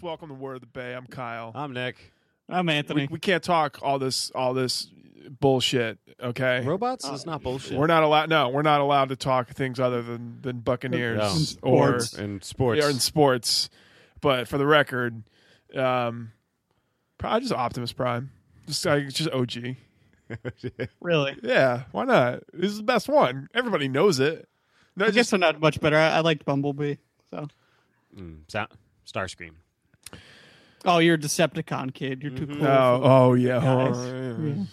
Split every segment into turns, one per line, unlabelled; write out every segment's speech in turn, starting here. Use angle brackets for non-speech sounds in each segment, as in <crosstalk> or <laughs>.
Welcome to Word of the Bay. I'm Kyle.
I'm Nick.
I'm Anthony.
We, we can't talk all this all this bullshit. Okay,
Robots is not bullshit.
we're not allowed. No, we're not allowed to talk things other than than Buccaneers
No.
or
Sports.
in
we
sports.
are in sports. But for the record, um, probably just Optimus Prime. Just like just OG.
really?
Yeah, why not? This is the best one. Everybody knows it. No,
I guess
just
they're not much better. I, I liked Bumblebee. So.
Mm, Sa- Starscream.
Oh, you're a Decepticon kid. You're too cool.
no. Oh yeah,
Guys.
Oh, yeah.
Yeah.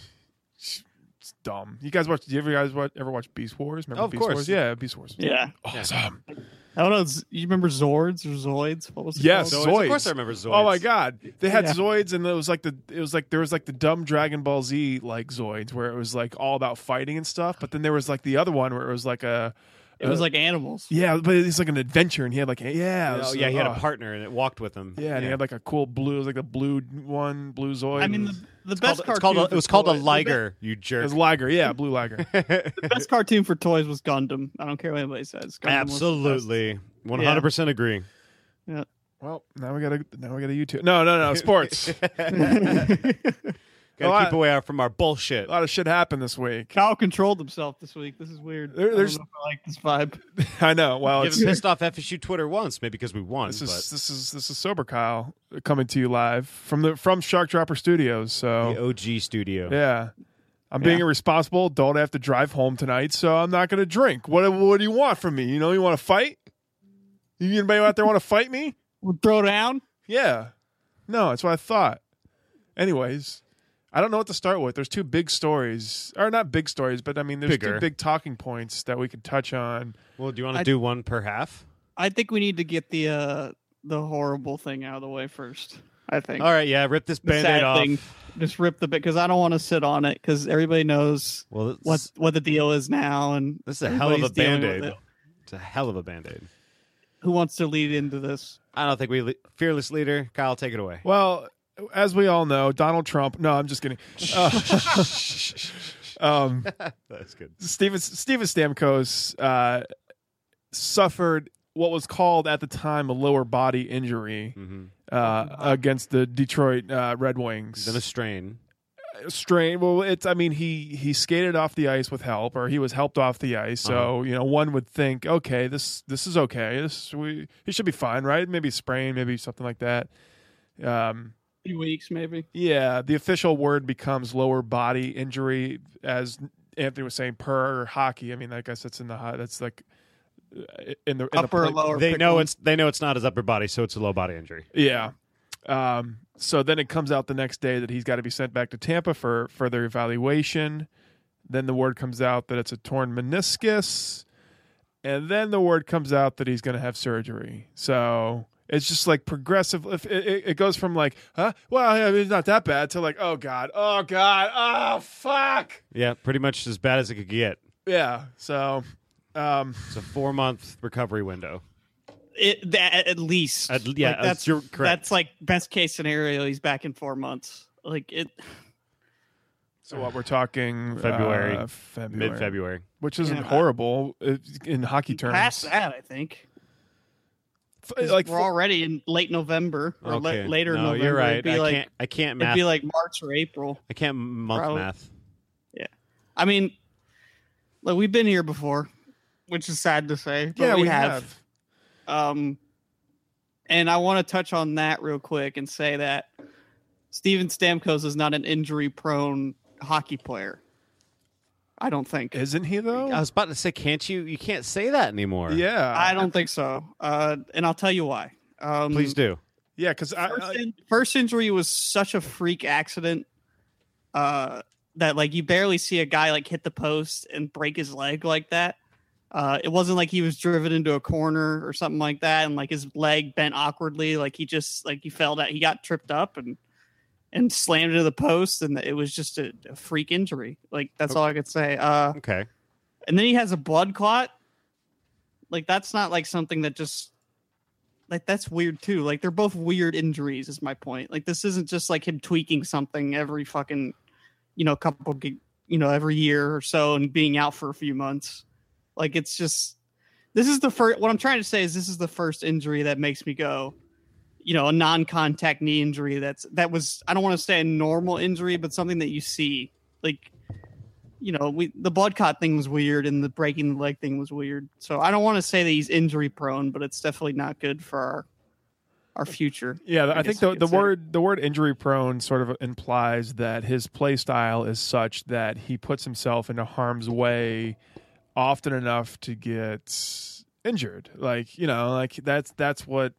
It's dumb. You guys watch? Do you ever guys watch, ever watch Beast Wars? Remember
Of
Beast
course.
Wars? Yeah, Beast Wars.
Yeah.
Oh,
Awesome.
I don't know. it's- You remember Zords or Zoids? What was it
Yes.
called?
Zoids.
Of course, I remember Zoids.
Oh my god, they had
Yeah.
Zoids, and it was like the it was like there was like the dumb Dragon Ball Z like Zoids, where it was like all about fighting and stuff. But then there was like the other one where it was like a
It was like animals.
yeah, but it's like an adventure, and he had like yeah, it
Oh,
was,
yeah, he had
uh,
a partner and it walked with him.
Yeah, and he had like a cool blue, it was like a blue one, blue Zoid.
I mean, the, the
It's
best
called, it's
cartoon.
called a, it
for
was called a
toys- the be-
liger, you
it
jerk.
was Liger, yeah, blue
<laughs>
Liger.
The best cartoon for toys was Gundam. I don't care what anybody says. Gundam was the best.
Absolutely, one hundred percent agree.
well, now we got a now we got a YouTube. No, no, no, Uh,
<laughs>
sports. <laughs>
Gotta keep away from our bullshit.
a lot of shit happened this week. <laughs>
Kyle controlled himself this week. This is weird.
There- there's-
I, don't know if I like this vibe.
I know. Well,
I've
it's,
pissed off FSU Twitter once, maybe because we won.
this
but
is this is this is sober Kyle coming to you live from the from Shark Dropper Studios. So
the OG studio.
Yeah. I'm being irresponsible. Don't have to drive home tonight, so I'm not going to drink. What What do you want from me? You know, you want to fight? You anybody out there want to fight me?
We'll throw down.
Yeah. No, that's what I thought. Anyways, I don't know what to start with. There's two big stories, or not big stories, but I mean, there's two
Bigger.
big talking points that we could touch on.
Well, do you want to
I-
do one per half?
I think we need to get the uh, the horrible thing out of the way first. I think.
All right, yeah. Rip this
The
band-aid
sad
off.
thing. Just rip the bit because I don't want to sit on it because everybody knows
Well, this,
what what the deal is now and
this is a hell of a
everybody's dealing with
band-aid.
it.
It's a hell of a band-aid.
Who wants to lead into this?
I don't think we le- fearless leader Kyle. Take it
<laughs>
away.
Well, as we all know, Donald Trump. No, I'm just kidding. Uh, <laughs> um,
Oh. That's good.
Steven Steven Stamkos uh, suffered what was called at the time a lower body injury
Mm-hmm.
uh, against the Detroit uh, Red
Then a
Wings.
strain.
Strain. Well, it's. I mean, he he skated off the ice with help, or he was helped off the ice. So you know, one would think, okay, this this is okay. This we he should be fine, right? Maybe sprain, maybe something like that. Um,
Three weeks, maybe.
yeah, the official word becomes lower body injury, as Anthony was saying, per hockey. I mean, I guess that's in the ho- that's like uh, in the in
Upper
the
or lower.
They
pick
know
one.
it's they know it's not his upper body, so it's a low body injury.
Yeah. Um, so then it comes out the next day that he's got to be sent back to Tampa for further evaluation. Then the word comes out that it's a torn meniscus, and then the word comes out that he's going to have surgery. So it's just like progressive. If it, it, it goes from like, huh, well, yeah, it's not that bad, to like, oh god, oh god, oh fuck,
Yeah, pretty much as bad as it could get.
yeah. So, um,
It's a four month recovery window.
It, that, at least.
At- yeah,
Like,
that's-
that's
you're correct.
That's like best case scenario. He's back in four months. Like it.
so what we're talking
February,
uh, February,
Mid February.
which isn't
Yeah.
horrible uh, in hockey terms.
Past that, I think.
F-
'Cause
like
we're already in late November or la- later.
No,
November.
you're right.
It'd be
I
like
can't. I can't
it'd
math.
be like March or April.
I can't month
Probably-
math.
I mean, like we've been here before, which is sad to say. But
yeah,
we, have. Um, and I want to touch on that real quick and say that Steven Stamkos is not an injury prone hockey player. I don't think.
Isn't he
Oh.
though?
I was about to say, can't you? You can't say that anymore.
yeah,
I don't think so. Uh, and I'll tell you why. Um,
Please do.
Yeah, because I, uh,
First,
I
in- first injury was such a freak accident uh, that like you barely see a guy like hit the post and break his leg like that. Uh, it wasn't like he was driven into a corner or something like that, and like his leg bent awkwardly. Like he just like he fell down, he got tripped up and and slammed into the post, and it was just a, a freak injury. Like that's all I could say. Uh,
Okay.
and then he has a blood clot. Like that's not like something that just like that's weird too. Like they're both weird injuries is my point. Like this isn't just like him tweaking something every fucking you know couple gig- you know every year or so and being out for a few months. Like it's just this is the first what I'm trying to say is this is the first injury that makes me go you know a non-contact knee injury that's that was I don't want to say a normal injury, but something that you see like you know we the blood clot thing was weird and the breaking the leg thing was weird. So I don't want to say that he's injury prone, but it's definitely not good for our our future.
Yeah,
I
I, think
guess
the
you
the
could say.
word the word injury prone sort of implies that his play style is such that he puts himself into harm's way often enough to get injured. Like you know, like that's that's what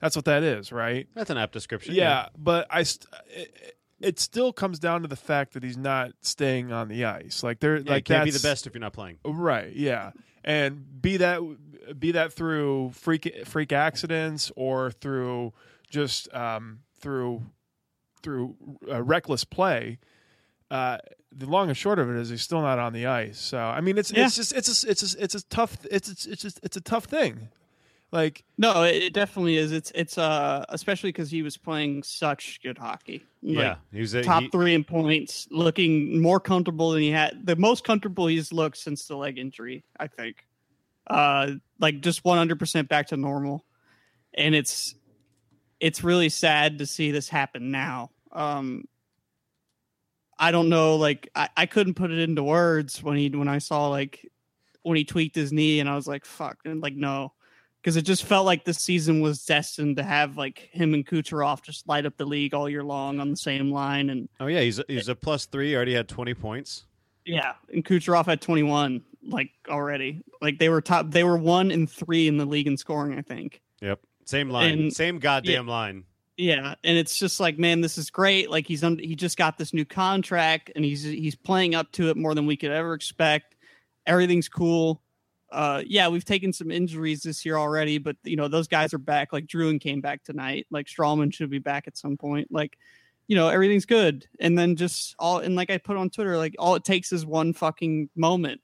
that's what that is, right?
That's an apt description.
Yeah, but I st- it, it- it still comes down to the fact that he's not staying on the ice. Like they're
Yeah,
like
it can't be the
that's-
best if you're not playing.
Right. Yeah. And be that be that through freak freak accidents or through just um, through through uh, reckless play. Uh, the long and short of it is he's still not on the ice. So I mean, it's
Yeah.
it's just it's a, it's a, it's a tough it's it's it's just, it's a tough thing. Like
No, it, it definitely is. It's it's uh especially because he was playing such good hockey. Like,
yeah, he was a,
top
he-
three in points, looking more comfortable than he had, the most comfortable he's looked since the leg injury, I think. Uh, like just 100% back to normal, and it's it's really sad to see this happen now. Um, I don't know, like I, I couldn't put it into words when he when I saw like when he tweaked his knee, and I was like, fuck, and like no. Because it just felt like this season was destined to have like him and Kucherov just light up the league all year long on the same line, and
Oh yeah, he's a, he's a plus three. Already had twenty points.
yeah, and Kucherov at 21, like already. Like they were top, they were one and three in the league in scoring, I think.
Yep, same line,
And-
same goddamn line.
Yeah, and it's just like, man, this is great. Like he's un- he just got this new contract, and he's he's playing up to it more than we could ever expect. Everything's cool. Uh, yeah, we've taken some injuries this year already, but you know those guys are back. Like Druin came back tonight. Like Strawman should be back at some point. Like, you know everything's good. And then just all and like I put on Twitter, like all it takes is one fucking moment,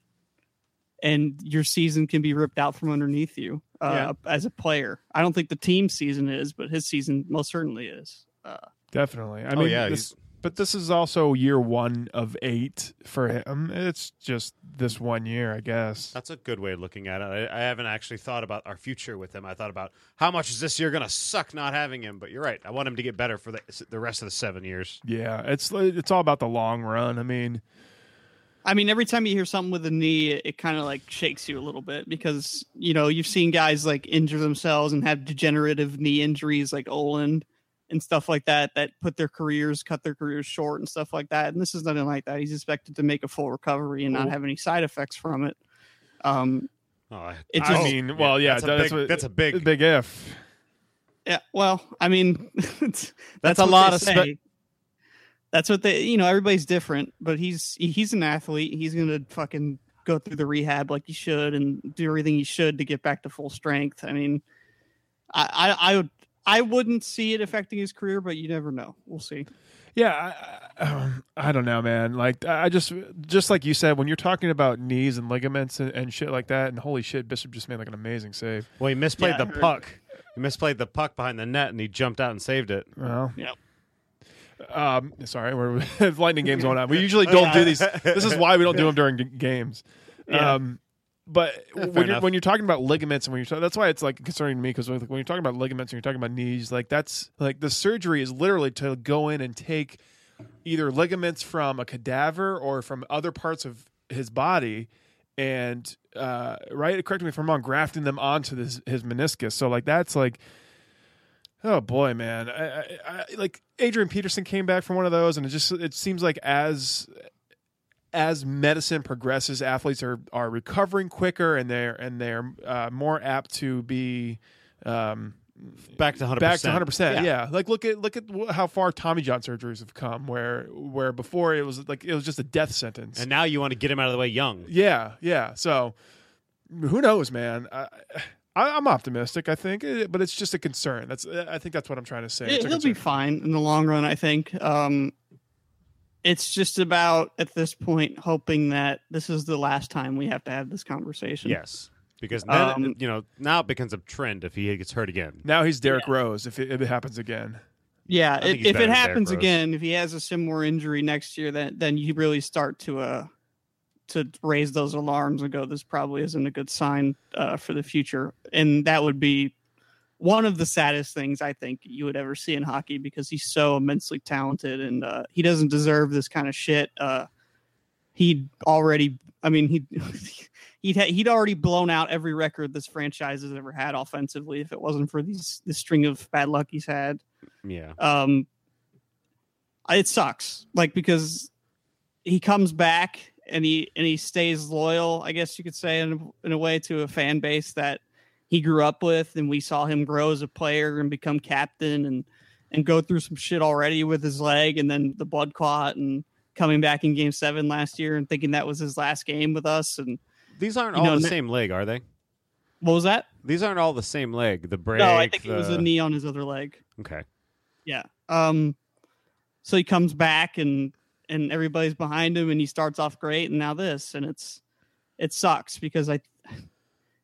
and your season can be ripped out from underneath you uh, as a player. I don't think the team season is, but his season most certainly is. Uh,
definitely. I
oh
mean,
yeah,
this-
he's-
but this is also year one of eight for him. It's just this one year, I guess.
that's a good way of looking at it. I, I haven't actually thought about our future with him. I thought about how much is this year going to suck not having him. But you're right. I want him to get better for the the rest of the seven years.
Yeah, it's it's all about the long run. I mean,
I mean, every time you hear something with a knee, it, it kind of like shakes you a little bit because you know you've seen guys like injure themselves and have degenerative knee injuries, like Oland and stuff like that, that put their careers, cut their careers short and stuff like that. And this is nothing like that. He's expected to make a full recovery and not
Cool.
have any side effects from it. Um,
Oh, I,
It
I
just-
I mean, well, yeah,
that's,
that's
a big,
what-
that's a big,
big if.
Yeah, well, I mean, <laughs> that's,
That's a
what
lot
they
of spe-
say. that's what they, you know, everybody's different, but he's he's an athlete. He's gonna fucking go through the rehab like he should and do everything he should to get back to full strength. I mean, I I, I would I wouldn't see it affecting his career, but you never know. We'll see.
Yeah, I, I, um, I don't know, man. Like I I just just like you said, when you're talking about knees and ligaments and, and shit like that, and holy shit, Bishop just made like an amazing save.
Well, he misplayed
Yeah,
the
I heard.
puck. He misplayed the puck behind the net, and he jumped out and saved it.
Well,
Yep.
Um, sorry, we're <laughs> lightning games going on. We <laughs> usually don't do these. This is why we don't do them during g- games.
Yeah.
Um, but
Yeah, <laughs> fair
when you're,
enough.
when you're talking about ligaments and when you're ta- that's why it's like concerning to me because when when you're talking about ligaments and you're talking about knees, like that's like the surgery is literally to go in and take either ligaments from a cadaver or from other parts of his body and uh right correct me if i'm wrong grafting them onto this his meniscus so like that's like oh boy man I, I, I like adrian peterson came back from one of those and it just it seems like as as medicine progresses athletes are are recovering quicker and they're and they're uh, more apt to be um
Back to hundred.
back to 100 percent yeah like look at look at wh- how far tommy john surgeries have come where where before it was like it was just a death sentence
And now you want to get him out of the way young.
yeah, yeah. So who knows, man? I, I, I'm optimistic. I think, eh, but it's just a concern. That's I think that's what I'm trying to say. It's
It,
a
will be
concern.
fine in the long run, I think. Um, it's just about at this point hoping that this is the last time we have to have this conversation.
Yes, because then
Um,
you know now it becomes a trend if he gets hurt again.
Now he's Derek Rose. If it, if it happens again,
Yeah,
think
if-
he's
if
better
it
than Derrick
happens
Rose.
again, if he has a similar injury next year, then then you really start to uh to raise those alarms and go, this probably isn't a good sign uh, for the future, and that would be one of the saddest things I think you would ever see in hockey because he's so immensely talented and uh, he doesn't deserve this kind of shit. Uh, he'd already, I mean, he <laughs> he'd ha- he'd already blown out every record this franchise has ever had offensively if it wasn't for these this string of bad luck he's had.
Yeah.
Um, I- it sucks, like because he comes back and he and he stays loyal, I guess you could say, in a, in a way to a fan base that he grew up with, and we saw him grow as a player and become captain and and go through some shit already with his leg, and then the blood clot and coming back in game seven last year and thinking that was his last game with us and
These aren't
You
all
know,
the
ne-
same leg, are they?
what was that
These aren't all the same leg. The break.
no i think it was
the-
a knee on his other leg
Okay.
Yeah. Um so he comes back and and everybody's behind him and he starts off great and now this and it's it sucks because I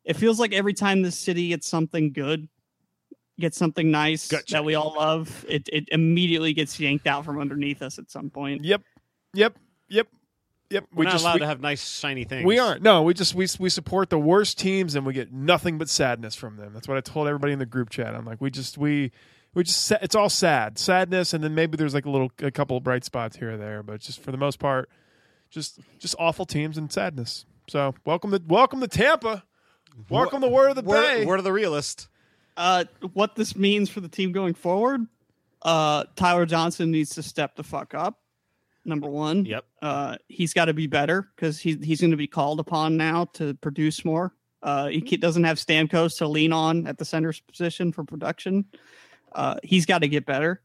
it feels like every time this city gets something good, gets something nice
Gotcha.
that we all love, it it immediately gets yanked out from underneath us at some point.
Yep, yep, yep, yep.
We're not allowed
we,
to have nice shiny things.
we aren't. No, we just we we support the worst teams and we get nothing but sadness from them. That's what I told everybody in the group chat. I'm like, we just we we just sa- it's all sad, sadness, and then maybe there's like a little a couple of bright spots here or there, but just for the most part, just just awful teams and sadness. So welcome to welcome to Tampa. Welcome to Word of the
Word,
Bay.
word of the realist.
Uh what this means for the team going forward, uh Tyler Johnson needs to step the fuck up. Number 1.
Yep.
uh, he's got to be better because he, he's going to be called upon now to produce more. Uh, he
Mm-hmm.
ke- doesn't have Stamkos to lean on at the center's position for production. Uh, he's got to get better.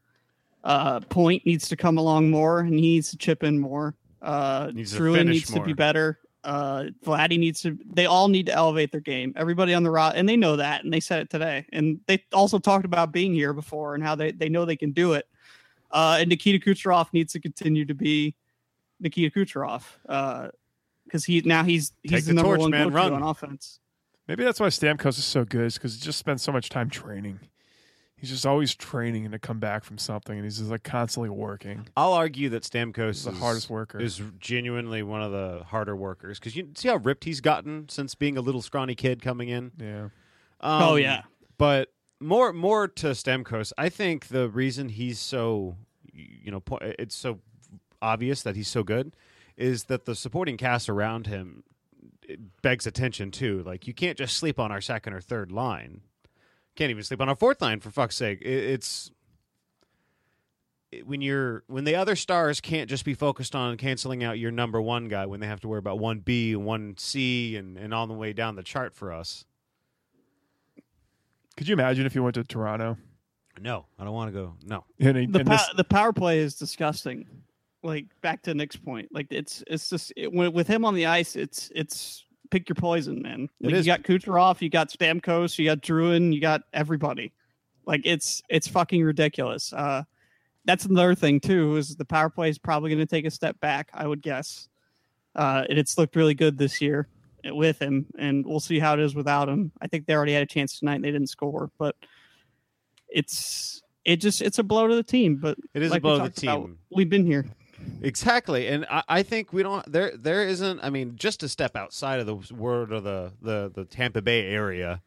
Uh, Point needs to come along more, and he needs to chip in more. Uh,
Needs to
Druin
finish
needs to be
more.
better. Uh, Vladdy needs to. They all need to elevate their game. Everybody on the route, and they know that, and they said it today. And they also talked about being here before and how they they know they can do it. Uh, and Nikita Kucherov needs to continue to be Nikita Kucherov because he now he's he's
Take
the,
the
number
torch,
one
man,
go-to
run.
on offense.
Maybe that's why Stamkos is so good, is because he just spends so much time training. He's just always training and to come back from something, and he's just like constantly working.
I'll argue that
He's
Stamkos
the
is-
hardest worker.
is genuinely one of the harder workers because you see how ripped he's gotten since being a little scrawny kid coming in.
yeah.
Um,
oh yeah,
but more more to Stamkos, I think the reason he's so you know po- it's so obvious that he's so good is that the supporting cast around him it begs attention too. Like you can't just sleep on our second or third line. Can't even sleep on our fourth line for fuck's sake. It, it's it- when you're when the other stars can't just be focused on canceling out your number one guy when they have to worry about one B and one C and and all the way down the chart for us.
Could you imagine if he went to Toronto?
No, I don't want to go. No,
And, he,
the
and
pow-
this,
the power play is disgusting. Like back to Nick's point, like it's it's just it, when, with him on the ice, it's it's pick your poison, man.
It
Like,
is.
You got Kucherov, you got Stamkos, you got Druin, you got everybody. Like it's it's fucking ridiculous. Uh, that's another thing too is the power play is probably going to take a step back, I would guess. Uh, and it's looked really good this year with him, and we'll see how it is without him. I think they already had a chance tonight and they didn't score, but it's it just it's a blow to the team. But
It is
like
a blow
we
to the
talked about,
team.
we've been here.
Exactly. And I, I think we don't there there isn't I mean, just to step outside of the word of the, the, the Tampa Bay area,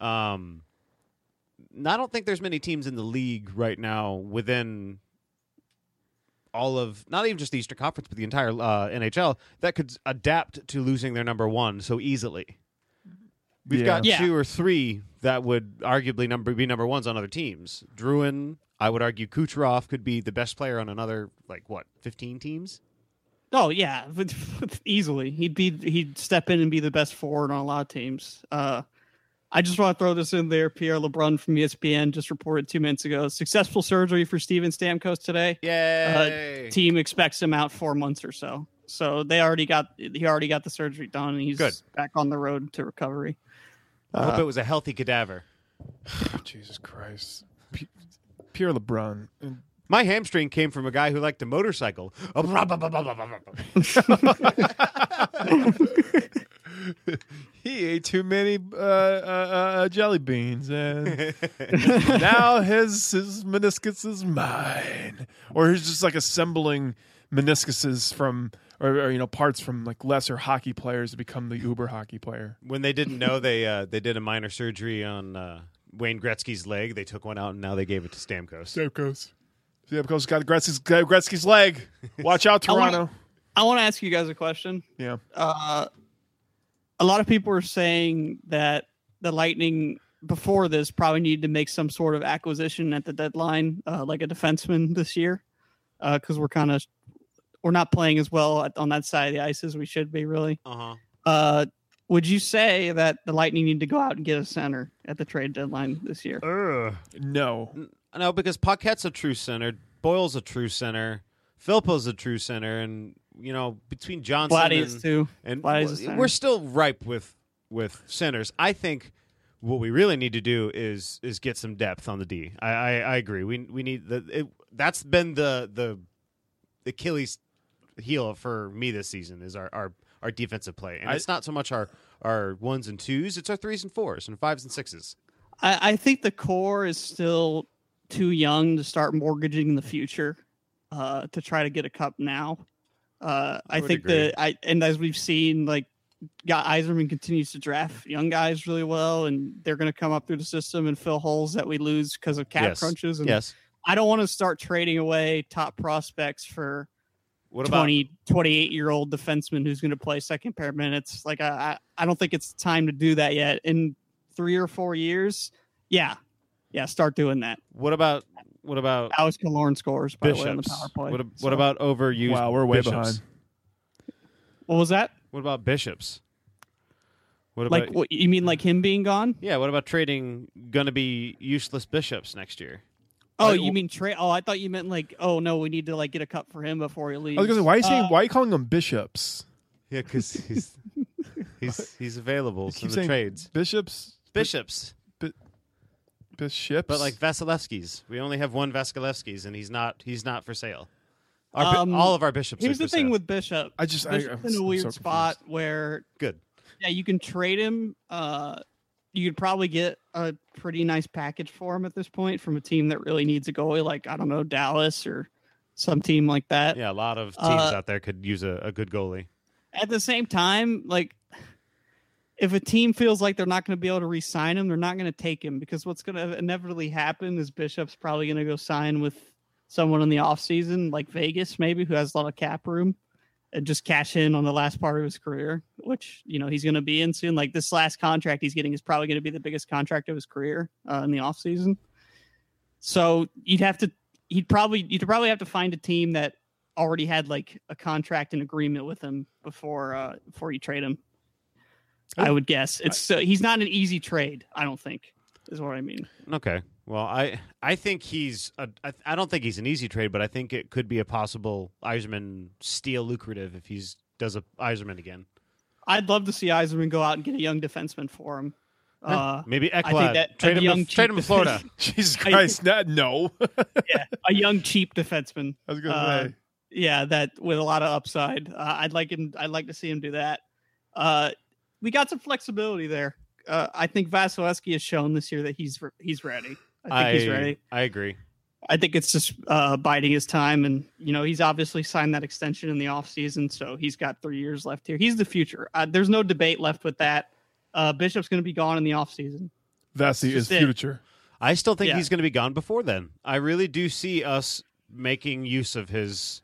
um I don't think there's many teams in the league right now within all of not even just the Eastern Conference, but the entire uh, NHL that could adapt to losing their number one so easily. We've
Yeah.
got
Yeah.
two or three that would arguably number be number ones on other teams. Druin, I would argue Kucherov could be the best player on another like what fifteen teams.
Oh yeah, <laughs> but- easily he'd be he'd step in and be the best forward on a lot of teams. Uh, I just want to throw this in there. Pierre LeBrun from E ESPN just reported two minutes ago successful surgery for Steven Stamkos today.
Yay!
Team expects him out four months or so. So they already got he already got the surgery done and he's
Good.
back on the road to recovery.
I hope it was a healthy cadaver.
Oh, Jesus Christ. P- Pierre LeBrun.
My hamstring came from a guy who liked to motorcycle. Oh, blah, blah, blah, blah, blah, blah, blah.
<laughs> He ate too many uh, uh, uh, jelly beans,
<laughs>
and now his his meniscus is mine. Or he's just like assembling meniscuses from, or, or you know, parts from like lesser hockey players to become the uber hockey player.
When they didn't know, they uh, they did a minor surgery on uh, Wayne Gretzky's leg. They took one out and now they gave it to Stamkos.
Stamkos. Stamkos got Gretzky's, got Gretzky's leg.
<laughs>
Watch out,
I wanna-
Toronto.
I want to ask you guys a question.
Yeah.
Uh, a lot of people are saying that the Lightning before this probably needed to make some sort of acquisition at the deadline, uh, like a defenseman this year, because we're kind of we're not playing as well at, on that side of the ice as we should be. Really,
Uh huh.
uh, would you say that the Lightning need to go out and get a center at the trade deadline this year?
No.
No, because Paquette's a true center. Boyle's a true center. Filpo's a true center, and you know between Johnson
Vladdy
and,
is too.
and
Vladdy's a
w-
center.
we're still ripe with with centers. I think what we really need to do is is get some depth on the D. I I, I agree. We we need the it, that's been the the Achilles heel for me this season is our our, our defensive play, and
I-
it's not so much our our ones and twos; it's our threes and fours and fives and sixes.
I, I think the core is still too young to start mortgaging the future uh, to try to get a cup now. Uh, I,
I would
think that I and as we've seen, like got Eiserman continues to draft young guys really well, and they're going to come up through the system and fill holes that we lose because of cap
Yes.
crunches. And
Yes.
I don't want to start trading away top prospects for
What about
20, 28 year old defenseman who's going to play second pair minutes. Like, I, I I don't think it's time to do that yet. In three or four years, yeah, yeah, start doing that.
what about what about
Alex Killorn scores, by the way, on the
bishops?
power play.
What, ab-
So-
what about overused?
Wow, we're way
bishops?
behind.
what was that?
What about bishops? What about
Like, what you mean, like him being gone?
Yeah, what about trading going to be useless bishops next year?
Oh,
I-
you mean Trey? Oh, I thought you meant like, oh no, we need to like get a cup for him before he leaves.
I was going to say, why are you saying,
Uh,
why are you calling them bishops?
Yeah, because he's
<laughs>
he's he's available
keep saying Bishops?
Bishops,
Bishops?
but like Vasilevsky's, we only have one Vasilevsky's, and he's not he's not for sale. Our, bi-
Um,
all of our bishops.
Here's
are for
the thing
sale.
with Bishop.
I just, I,
Bishop's
I'm
in a
so
weird
confused.
spot where
good.
yeah, you can trade him. Uh, you could probably get a pretty nice package for him at this point from a team that really needs a goalie, like I don't know Dallas or some team like that.
Yeah, a lot of teams
Uh,
out there could use a, a good goalie.
At the same time, like if a team feels like they're not going to be able to re-sign him, they're not going to take him because what's going to inevitably happen is Bishop's probably going to go sign with someone in the offseason, like Vegas maybe, who has a lot of cap room. And just cash in on the last part of his career, which you know he's going to be in soon. Like this last contract he's getting is probably going to be the biggest contract of his career uh, in the offseason. So you'd have to, he'd probably, you'd probably have to find a team that already had like a contract and agreement with him before uh before you trade him. I would guess it's so he's not an easy trade. I don't think is what I mean.
Okay. Well, I I think he's a, I, I don't think he's an easy trade, but I think it could be a possible Eiserman steal lucrative if he's does a Eiserman again.
I'd love to see Eiserman go out and get a young defenseman for <laughs> him. Uh,
Maybe
I think
Ekblad
that
trade
a
him
young
to, trade
cheap
him to
<laughs>
Florida.
defense-
<laughs> Jesus
I-
Christ, <laughs> not, no.
a young cheap defenseman.
I was going to
Uh,
say.
yeah, that with a lot of upside. Uh, I'd like him. I'd like to see him do that. Uh, we got some flexibility there. Uh, I think Vasilevsky has shown this year that he's re- he's ready. I think he's ready.
I agree.
I think it's just uh, biding his time, and you know he's obviously signed that extension in the offseason, so he's got three years left here. He's the future. Uh, there's no debate left with that. Uh, Bishop's going to be gone in the offseason.
Vasi is
just it.
future.
I still think
Yeah.
he's going to be gone before then. I really do see us making use of his.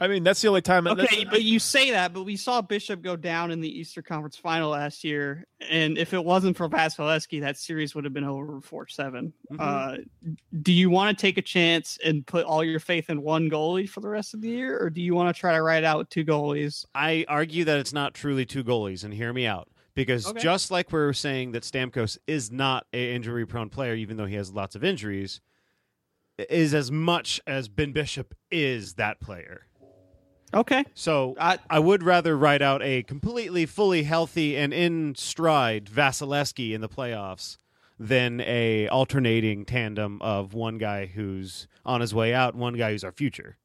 I mean, that's the only time. that's- <laughs>
Okay, but you say that, but we saw Bishop go down in the Easter Conference Final last year, and if it wasn't for Vasilevsky, that series would have been over four seven.
Mhm.
Uh, do you want to take a chance and put all your faith in one goalie for the rest of the year, or do you want to try to ride out with two goalies?
I argue that it's not truly two goalies, and hear me out. Because
Okay.
just like we're saying that Stamkos is not a injury prone player, even though he has lots of injuries, is as much as Ben Bishop is that player.
Okay,
So
I,
I would rather ride out a completely fully healthy and in stride Vasilevsky in the playoffs than a alternating tandem of one guy who's on his way out, and one guy who's our future.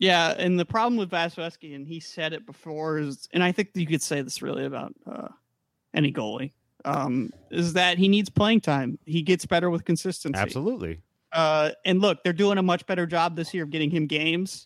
Yeah, and the problem with Vasilevsky, and he said it before, is, and I think you could say this really about uh, any goalie, um, is that he needs playing time. He gets better with consistency.
Absolutely.
Uh, and look, they're doing a much better job this year of getting him games.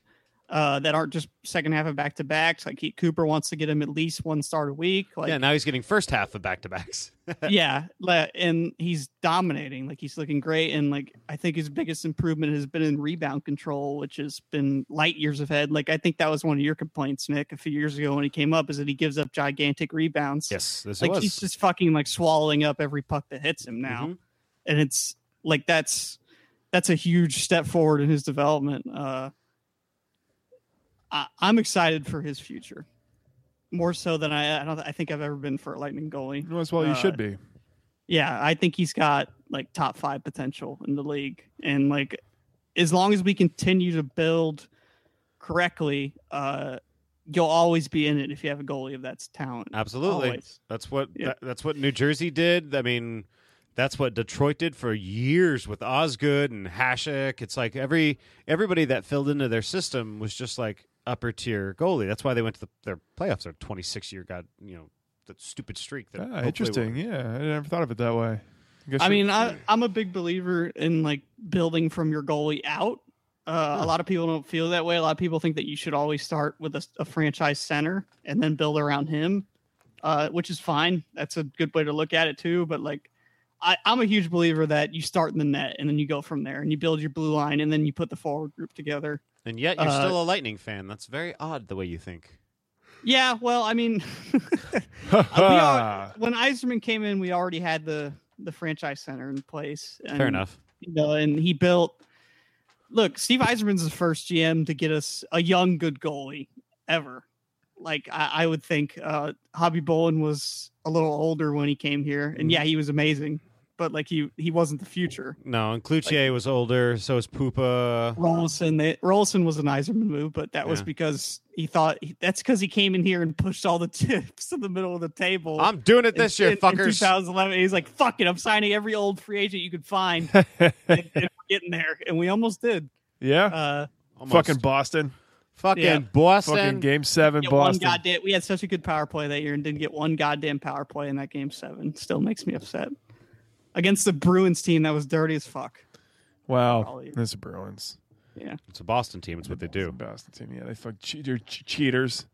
uh, that aren't just second half of back to backs. Like he, Cooper wants to get him at least one start a week. Like
yeah, now he's getting first half of back to
<laughs>
backs. <laughs>
yeah, le- and he's dominating. Like he's looking great, and like I think his biggest improvement has been in rebound control, which has been light years ahead. Like I think that was one of your complaints, Nick, a few years ago when he came up, is that he gives up gigantic rebounds.
Yes, this
like
was.
he's just Mm-hmm. fucking like swallowing up every puck that hits him now,
Mhm.
and it's like that's that's a huge step forward in his development. Uh, I, I'm excited for his future. More so than I, I don't. I think I've ever been for a lightning goalie.
Well, as well, you
Uh,
should be. Ah,
Yeah, I think he's got like top five potential in the league, and like as long as we continue to build correctly, uh, you'll always be in it if you have a goalie of that's talent.
Absolutely.
Always.
That's what
Yeah.
that, that's what New Jersey did. I mean, that's what Detroit did for years with Osgood and Hashik. It's like every everybody that filled into their system was just like upper tier goalie. That's why they went to the, their playoffs. Their twenty six year got you know that stupid streak. That
Ah,
hopefully
interesting.
will-
Yeah, I never thought of it that way. guess
I
you- <laughs>
mean, I, I'm a big believer in like building from your goalie out. Uh, A lot of people don't feel that way. A lot of people think that you should always start with a, a franchise center and then build around him, uh, which is fine. That's a good way to look at it too. But like, I, I'm a huge believer that you start in the net and then you go from there and you build your blue line and then you put the forward group together.
and yet you're
Uh,
still a Lightning fan. That's very odd the way you think.
Yeah, well, I mean, <laughs> we are, when Eiserman came in, we already had the the franchise center in place. And
Fair enough.
you know, and he built. Look, Steve Eiserman's the first GM to get us a young good goalie ever. Like I, I would think, uh, Hobby Bolin was a little older when he came here,
Mm-hmm.
and yeah, he was amazing, but like he he wasn't the future.
No, and Cloutier was older. So is Pupa.
Rollison, they, Rollison was an Eiserman move, but that was
Yeah.
because he thought that's because he came in here and pushed all the <laughs> tips to the middle of the table.
I'm doing it
in-
this year,
in- in
fuckers.
2011, he's like, "Fuck it, I'm signing every old free agent you
<laughs>
could find." and, and we're getting there, and we almost did.
<laughs> yeah,
Uh,
Almost.
fucking Boston,
fucking
Yeah.
Boston.
fucking Game Seven,
get one
Boston.
goddamn. We had such a good power play that year and didn't get one goddamn power play in that game seven. Still makes me upset. Against the Bruins team that was dirty as fuck.
Wow,
Probably.
that's the Bruins.
It's a Boston team. It's what they do.
Boston team. Yeah, they fuck cheater, che- cheaters.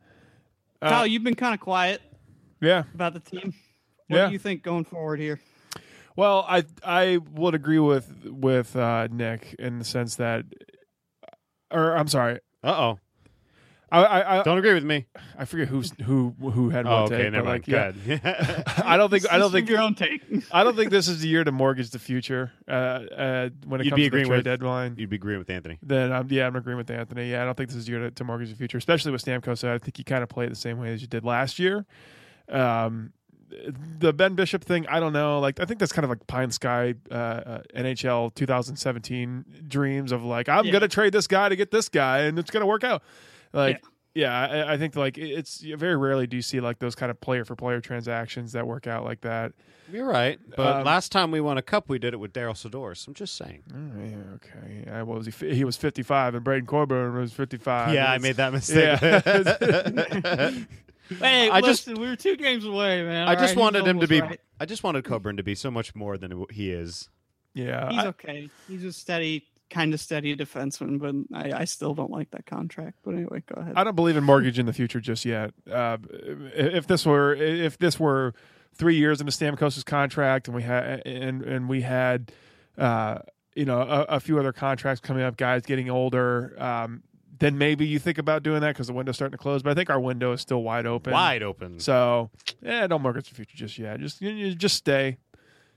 Uh,
Kyle, you've been kind of quiet
yeah.
about the team. What
Yeah.
do you think going forward here?
Well, I I would agree with with uh, Nick in the sense that, or I'm sorry,
Uh oh.
I I I,
Don't agree with me.
I forget who's who who had
Oh,
one
okay,
take,
never
but
mind.
like yeah,
Good.
<laughs> I don't think I don't
<laughs> Just
think
your own take.
I don't think this is the year to mortgage the future. Uh, uh, when it comes
You'd be
to the
agreeing
trade
with-
deadline,
<laughs> You'd be agreeing with Anthony.
then I'm, yeah, I'm agreeing with Anthony. Yeah, I don't think this is your to, to mortgage the future, especially with Stamkos. I think you kind of play it the same way as you did last year. Um, the Ben Bishop thing, I don't know. Like, I think that's kind of like Pine Sky uh, uh, NHL 2017 dreams of like, I'm
Yeah.
gonna trade this guy to get this guy, and it's gonna work out. Like, yeah, I, I think like it- it's very rarely do you see like those kind of player for player transactions that work out like that.
You're right. But
Um,
last time we won a cup, we did it with Daryl Sadors. I'm just saying.
Oh, yeah, okay. Yeah, what was he? fi- He was 55, and Braden Corbin was 55.
yeah, I
It's-
made that mistake.
Uh, Yeah.
Hey,
I just-
listen, we were two games away, man.
<laughs> I
All
just
right, he's
wanted him to
almost
be.
right.
I just wanted Coburn to be so much more than he is.
Yeah,
He's
Uh, I-
okay. He's a steady, kind of steady defenseman, but I, I still don't like that contract. But anyway, go ahead.
I don't believe in mortgage in the future just yet. Uh, if this were if this were three years into Stamkos's contract, and we had and and we had uh, you know a, a few other contracts coming up, guys getting older, um, then maybe you think about doing that because the window's starting to close. But I think our window is still wide open.
Wide open.
So yeah, don't mortgage the future just yet. Just you- you just stay.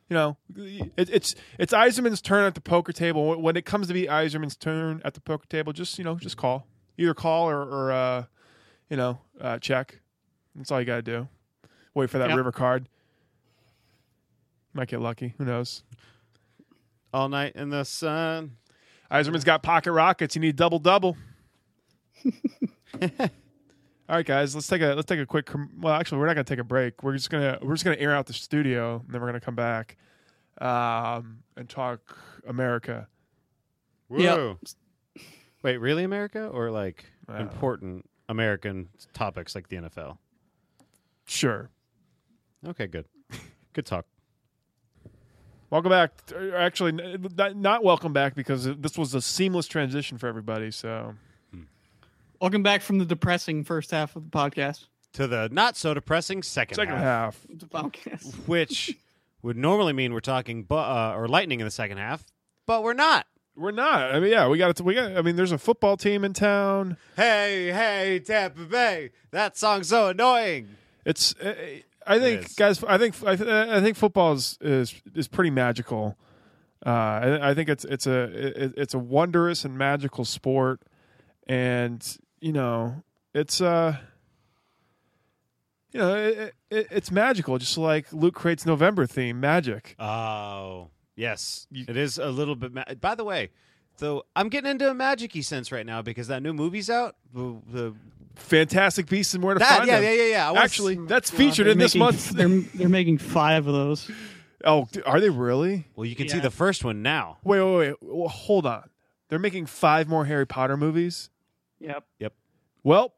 You know, it, it's it's Eiserman's turn at the poker table. When- When it comes to be Eiserman's turn at the poker table, just you know, just call either call or, or uh, you know, uh, check. That's all you got to do. Wait for that
Yep.
river card. Might get lucky. Who knows?
All night in the sun.
Eiserman's got pocket rockets. You need double double. All right, guys, let's take a let's take a quick. Com- well, actually, we're not gonna take a break. We're just gonna we're just gonna air out the studio, and then we're gonna come back um, and talk America.
Whoa.
Yeah.
Wait, really America or like
Wow.
important American topics like the NFL?
Sure.
Okay, good. Good talk.
Welcome back. Or Actually, n- not, not welcome back because this was a seamless transition for everybody. So
Welcome back from the depressing first half of the podcast.
to the not so depressing second,
Second
half,
half.
The podcast.
which would normally mean we're talking bu- uh, or lightning in the second half, but we're not.
We're not. I mean, yeah, we got it. We got. I mean, there's a football team in town.
Hey, hey, Tampa Bay! That song's so annoying.
It's. uh, I think,
is.
guys. I think. I, th- I think football is is, is pretty magical. Uh, I, I think it's it's a it, it's a wondrous and magical sport, and you know it's uh you know it, it, it's magical. Just like Luke creates November theme magic.
Oh, yes,
You-
it is a little bit. Ma- By the way, though, I'm getting into a magicy sense right now because that new movie's out. The, the
Fantastic beasts and where to
that,
find
yeah,
them.
yeah, yeah, yeah. I wanna
Actually,
s-
that's
Wow,
featured
Uh, they're
in this
making-
<laughs>
month's.
<laughs> They're they're making five of those.
Oh, d- are they really?
well, you can see
Yeah.
the first one now.
Wait, wait, wait. Well, hold on. They're making five more Harry Potter movies.
Yep.
Well,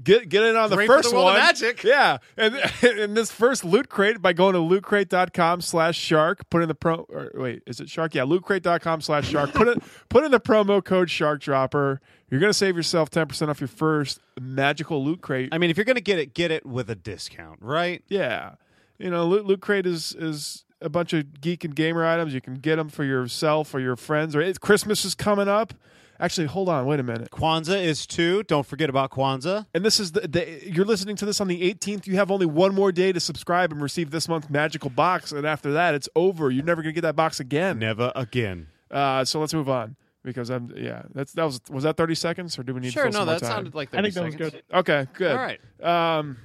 get get in on the
Great for
first
world of
one.
magic.
Yeah, and <laughs> and this first loot crate by going to lootcrate.com slash shark. Put in the pro. Or wait, is it shark? Yeah, lootcrate.com slash shark. Put it <laughs> put in the promo code shark dropper. You're gonna save yourself ten percent off your first magical loot crate.
I mean, if you're gonna get it, get it with a discount, right?
Yeah, you know, loot, loot crate is is a bunch of geek and gamer items. You can get them for yourself or your friends. Or it's, Christmas is coming up. Actually, hold on. Wait a minute.
Kwanzaa is two. Don't forget about Kwanzaa.
And this is the, the you're listening to this on the 18th. You have only one more day to subscribe and receive this month's magical box, and after that, it's over. You're never gonna get that box again.
Never again.
Uh, so let's move on because I'm yeah. That's that was was that 30 seconds or do we need?
Sure,
To fill
no,
some more
that
time?
sounded like
I
30
think that was
seconds.
good.
okay. Good.
All right.
Um,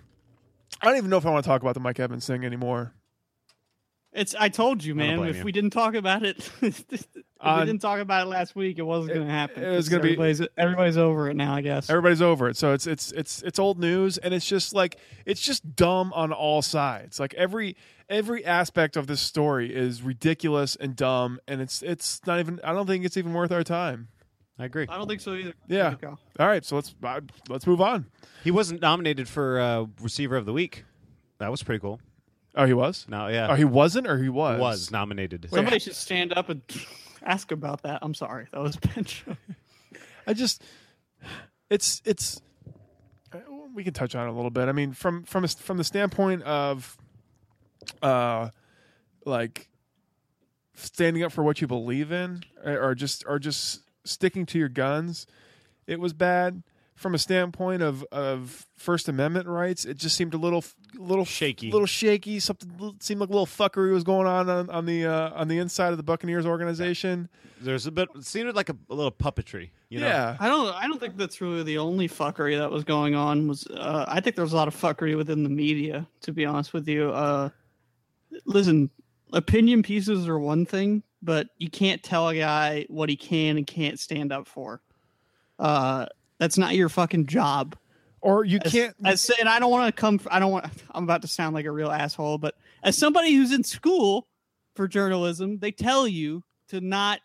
I don't even know if I want to talk about the Mike Evans thing anymore.
It's. I told you, man.
blame
If
you.
we didn't talk about it, <laughs> if
On-
we didn't talk about it last week, it wasn't going to happen.
Uh, it was
'cause
gonna be-
everybody's, everybody's over it now. I guess.
Everybody's over it. So it's it's it's it's old news and it's just like it's just dumb on all sides. Like every every aspect of this story is ridiculous and dumb and it's it's not even I don't think it's even worth our time.
I agree.
I don't think so either.
Yeah.
Good call.
All right, so let's uh, let's move on.
He wasn't nominated for uh, receiver of the week. That was pretty cool.
Oh, he was?
No, yeah,
Oh, he wasn't or he was?
was nominated.
Wait,
Somebody should stand up and <laughs> ask about that. I'm sorry, that was bench.
I just it's it's we can touch on it a little bit. I mean, from from a, from the standpoint of uh like standing up for what you believe in eh, or or just or just sticking to your guns, it was bad. From a standpoint of of First Amendment rights, it just seemed a little little
Shaky.
little shaky. Something seemed like a little fuckery was going on on, on the uh, on the inside of the Buccaneers organization.
There's a bit. It seemed like a, a little puppetry. You know?
yeah,
I don't. I don't think that's really the only fuckery that was going on. Was uh, I think there was a lot of fuckery within the media. To be honest with you, uh, listen, opinion pieces are one thing, but you can't tell a guy what he can and can't stand up for. Uh, that's not your fucking job.
or you
As,
can't.
as and I don't want to come. I don't want. I'm about to sound like a real asshole, but as somebody who's in school for journalism, they tell you to not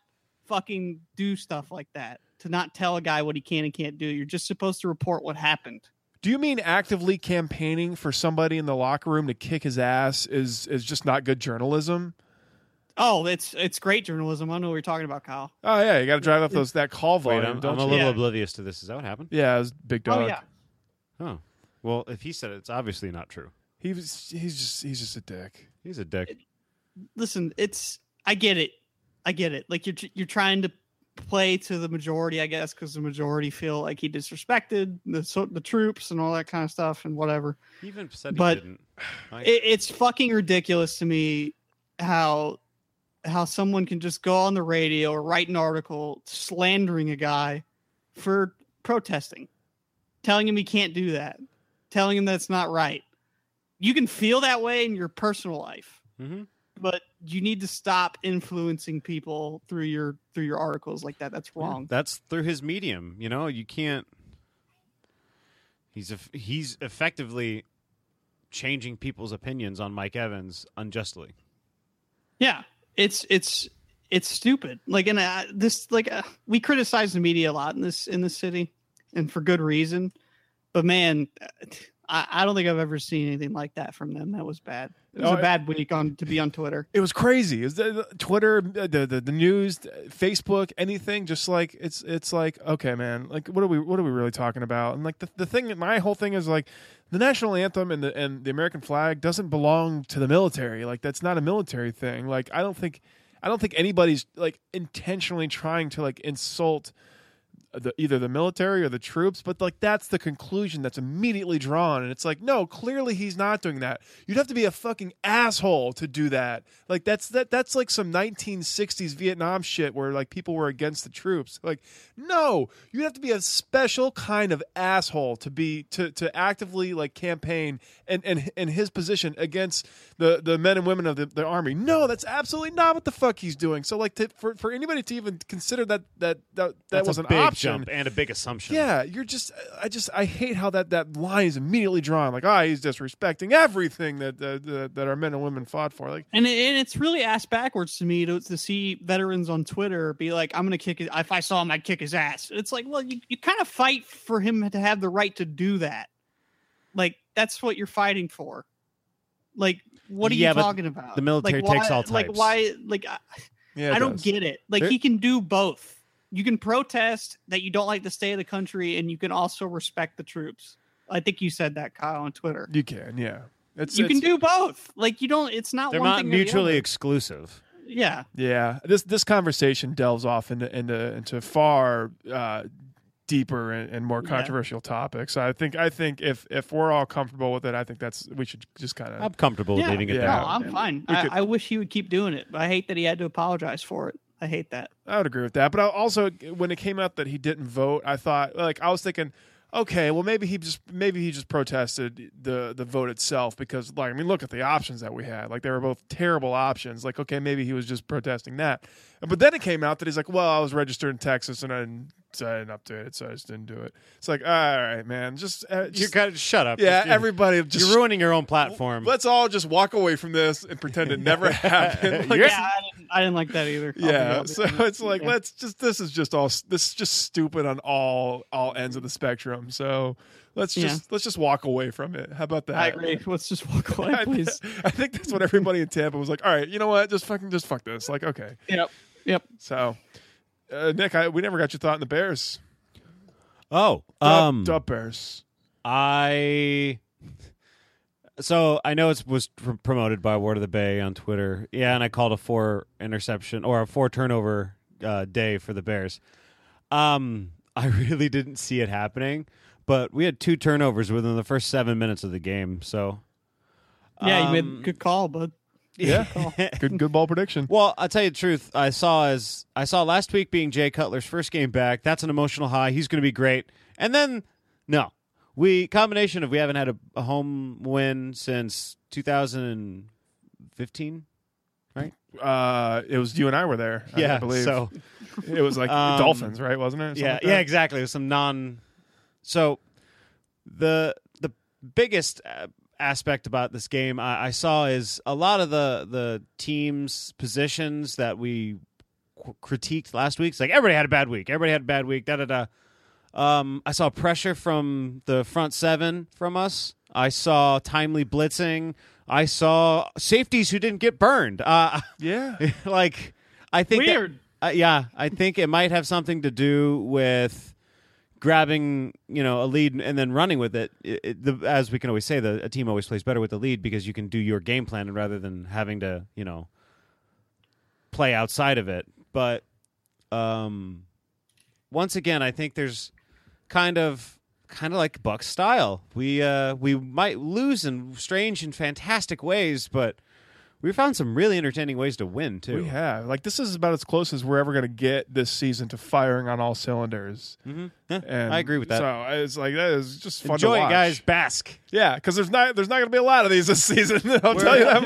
fucking do stuff like that. To not tell a guy what he can and can't do. You're just supposed to report what happened.
Do you mean actively campaigning for somebody in the locker room to kick his ass is is just not good journalism?
Oh, it's it's great journalism. I know what you're talking about, Kyle.
Oh yeah, you got to drive up those that call
Wait,
volume,
I'm,
don't
I'm a
you?
little
Yeah.
oblivious to this. Is that what happened?
yeah, it was big dog.
Oh yeah,
Oh, well, if he said it, it's obviously not true.
He was he's just he's just a dick.
He's a dick.
listen, it's I get it, I get it. Like you're you're trying to play to the majority, I guess, because the majority feel like he disrespected the so, the troops and all that kind of stuff and whatever.
He even said
But-
he didn't. Like,
it, it's fucking ridiculous to me how how someone can just go on the radio or write an article slandering a guy for protesting telling him he can't do that telling him that's not right you can feel that way in your personal life
Mhm.
but you need to stop influencing people through your through your articles like that that's wrong
That's through his medium. You know, you can't. He's eff- he's effectively changing people's opinions on Mike Evans unjustly.
Yeah, it's it's it's stupid. Like, and uh, this like uh, we criticize the media a lot in this in this city, and for good reason. But man, I, I don't think I've ever seen anything like that from them. That was bad. It was
No,
a
I-
bad week on to be on Twitter.
It was crazy. Is the, the Twitter, the, the the news, Facebook, anything? Just like it's it's like okay, man. Like what are we what are we really talking about? And like the, the thing, my whole thing is like the national anthem and the and the American flag doesn't belong to the military. Like that's not a military thing. Like I don't think I don't think anybody's like intentionally trying to like insult the either the military or the troops, but like that's the conclusion that's immediately drawn. And it's like, no, clearly he's not doing that. You'd have to be a fucking asshole to do that. Like that's that that's like some 1960s Vietnam shit where like people were against the troops. Like, no, you'd have to be a special kind of asshole to be to to actively like campaign and and and his position against the the men and women of the, the army. No, that's absolutely not what the fuck he's doing. So like to, for for anybody to even consider that that that, that
That's
was
a
an
big
option.
jump and a big assumption.
Yeah, you're just. I just. I hate how that that line is immediately drawn. Like, ah, he's disrespecting everything that that that, that our men and women fought for. Like,
And, it, and it's really ass backwards to me to, to see veterans on Twitter be like, I'm going to kick his, if I saw him, I'd kick his ass. It's like, well, you, you kind of fight for him to have the right to do that. Like, that's what you're fighting for. Like, what are
Yeah,
you
but
talking about?
the military
like,
takes
why,
all
Like,
types.
why, like, I,
yeah, it
I don't
does.
get it. Like,
There-
he can do both. You can protest that you don't like the state of the country, and you can also respect the troops. I think you said that, Kyle, on Twitter.
You can. Yeah. It's,
you
it's-
can do both. Like, you don't, it's not
They're
one
not
thing or the
mutually
other.
exclusive.
Yeah.
Yeah. This this conversation delves off into into into far uh, deeper and, and more
Yeah.
controversial topics. I think. I think if if we're all comfortable with it, I think that's we should just kind of.
I'm comfortable
Yeah.
leaving it
Yeah.
there.
No, I'm fine.
We
I,
could-
I wish he would keep doing it, but I hate that he had to apologize for it. I hate that.
I would agree with that. But I also, when it came out that he didn't vote, I thought like I was thinking, okay, well maybe he just maybe he just protested the the vote itself because like I mean look at the options that we had like they were both terrible options. Like okay, maybe he was just protesting that. But then it came out that he's like, well, I was registered in Texas and I didn't, so I didn't update it, so I just didn't do it. It's like all right, man, just, uh,
You
just
gotta shut up.
yeah,
Just-
everybody just.
you're ruining your own platform.
Let's all just walk away from this and pretend
<laughs>
it never happened. Like,
You're-
yeah, I didn't, I didn't like that either. I'll be
yeah
honest.
so it's like let's just this is just all this is just stupid on all all ends of the spectrum so let's just let's just walk away from it how about that
I agree. Let's just walk
<laughs>
away,
I,
please.
<laughs> I think that's what everybody in tampa was like all right you know what just fucking just fuck this like okay
yep. Yep.
so uh, nick I, we never got your thought on the bears
oh,
Dub-
um,
Dub bears
I. So I know it was pr- promoted by Word of the Bay on Twitter. Yeah, and I called a four interception or a four turnover uh, day for the Bears. Um, <laughs> I really didn't see it happening, but we had two turnovers within the first seven minutes of the game. So
Yeah, you made
um,
a good call, bud.
<laughs>
<laughs>
yeah
Call.
good good ball prediction
Well, I'll tell you the truth. I saw as I saw last week being Jay Cutler's first game back. That's an emotional high. He's going to be great. And then no, we combination of we haven't had a, a home win since 2015.
uh it was you and i were there I-
yeah,
i believe
so
it was like
Um,
dolphins right wasn't it Something
yeah,
like
yeah,
that?
exactly. It was some non. So, the the biggest uh, aspect about this game I, I saw is a lot of the the teams' positions that we qu- critiqued last week. It's like everybody had a bad week. Everybody had a bad week. Da da da. Um, I saw pressure from the front seven from us. I saw timely blitzing. I saw safeties who didn't get burned. Uh, <laughs>
yeah
like I think that-
Weird.
uh, yeah, I think it might have something to do with grabbing you know a lead and then running with it. It- it- the, as we can always say, the a team always plays better with the lead because you can do your game plan rather than having to you know play outside of it. But um, once again, I think there's kind of kind of like Buck style. We uh, we might lose in strange and fantastic ways, but we found some really entertaining ways to win too.
We have. Like this is about as close as we're ever going to get this season to firing on all cylinders.
Mhm. Yeah,
And
I agree with that.
So it's like that is just fun
Enjoy
to
it,
watch.
guys. Bask.
Yeah, because there's not there's not going to be a lot of these this <laughs> season. I'll tell you that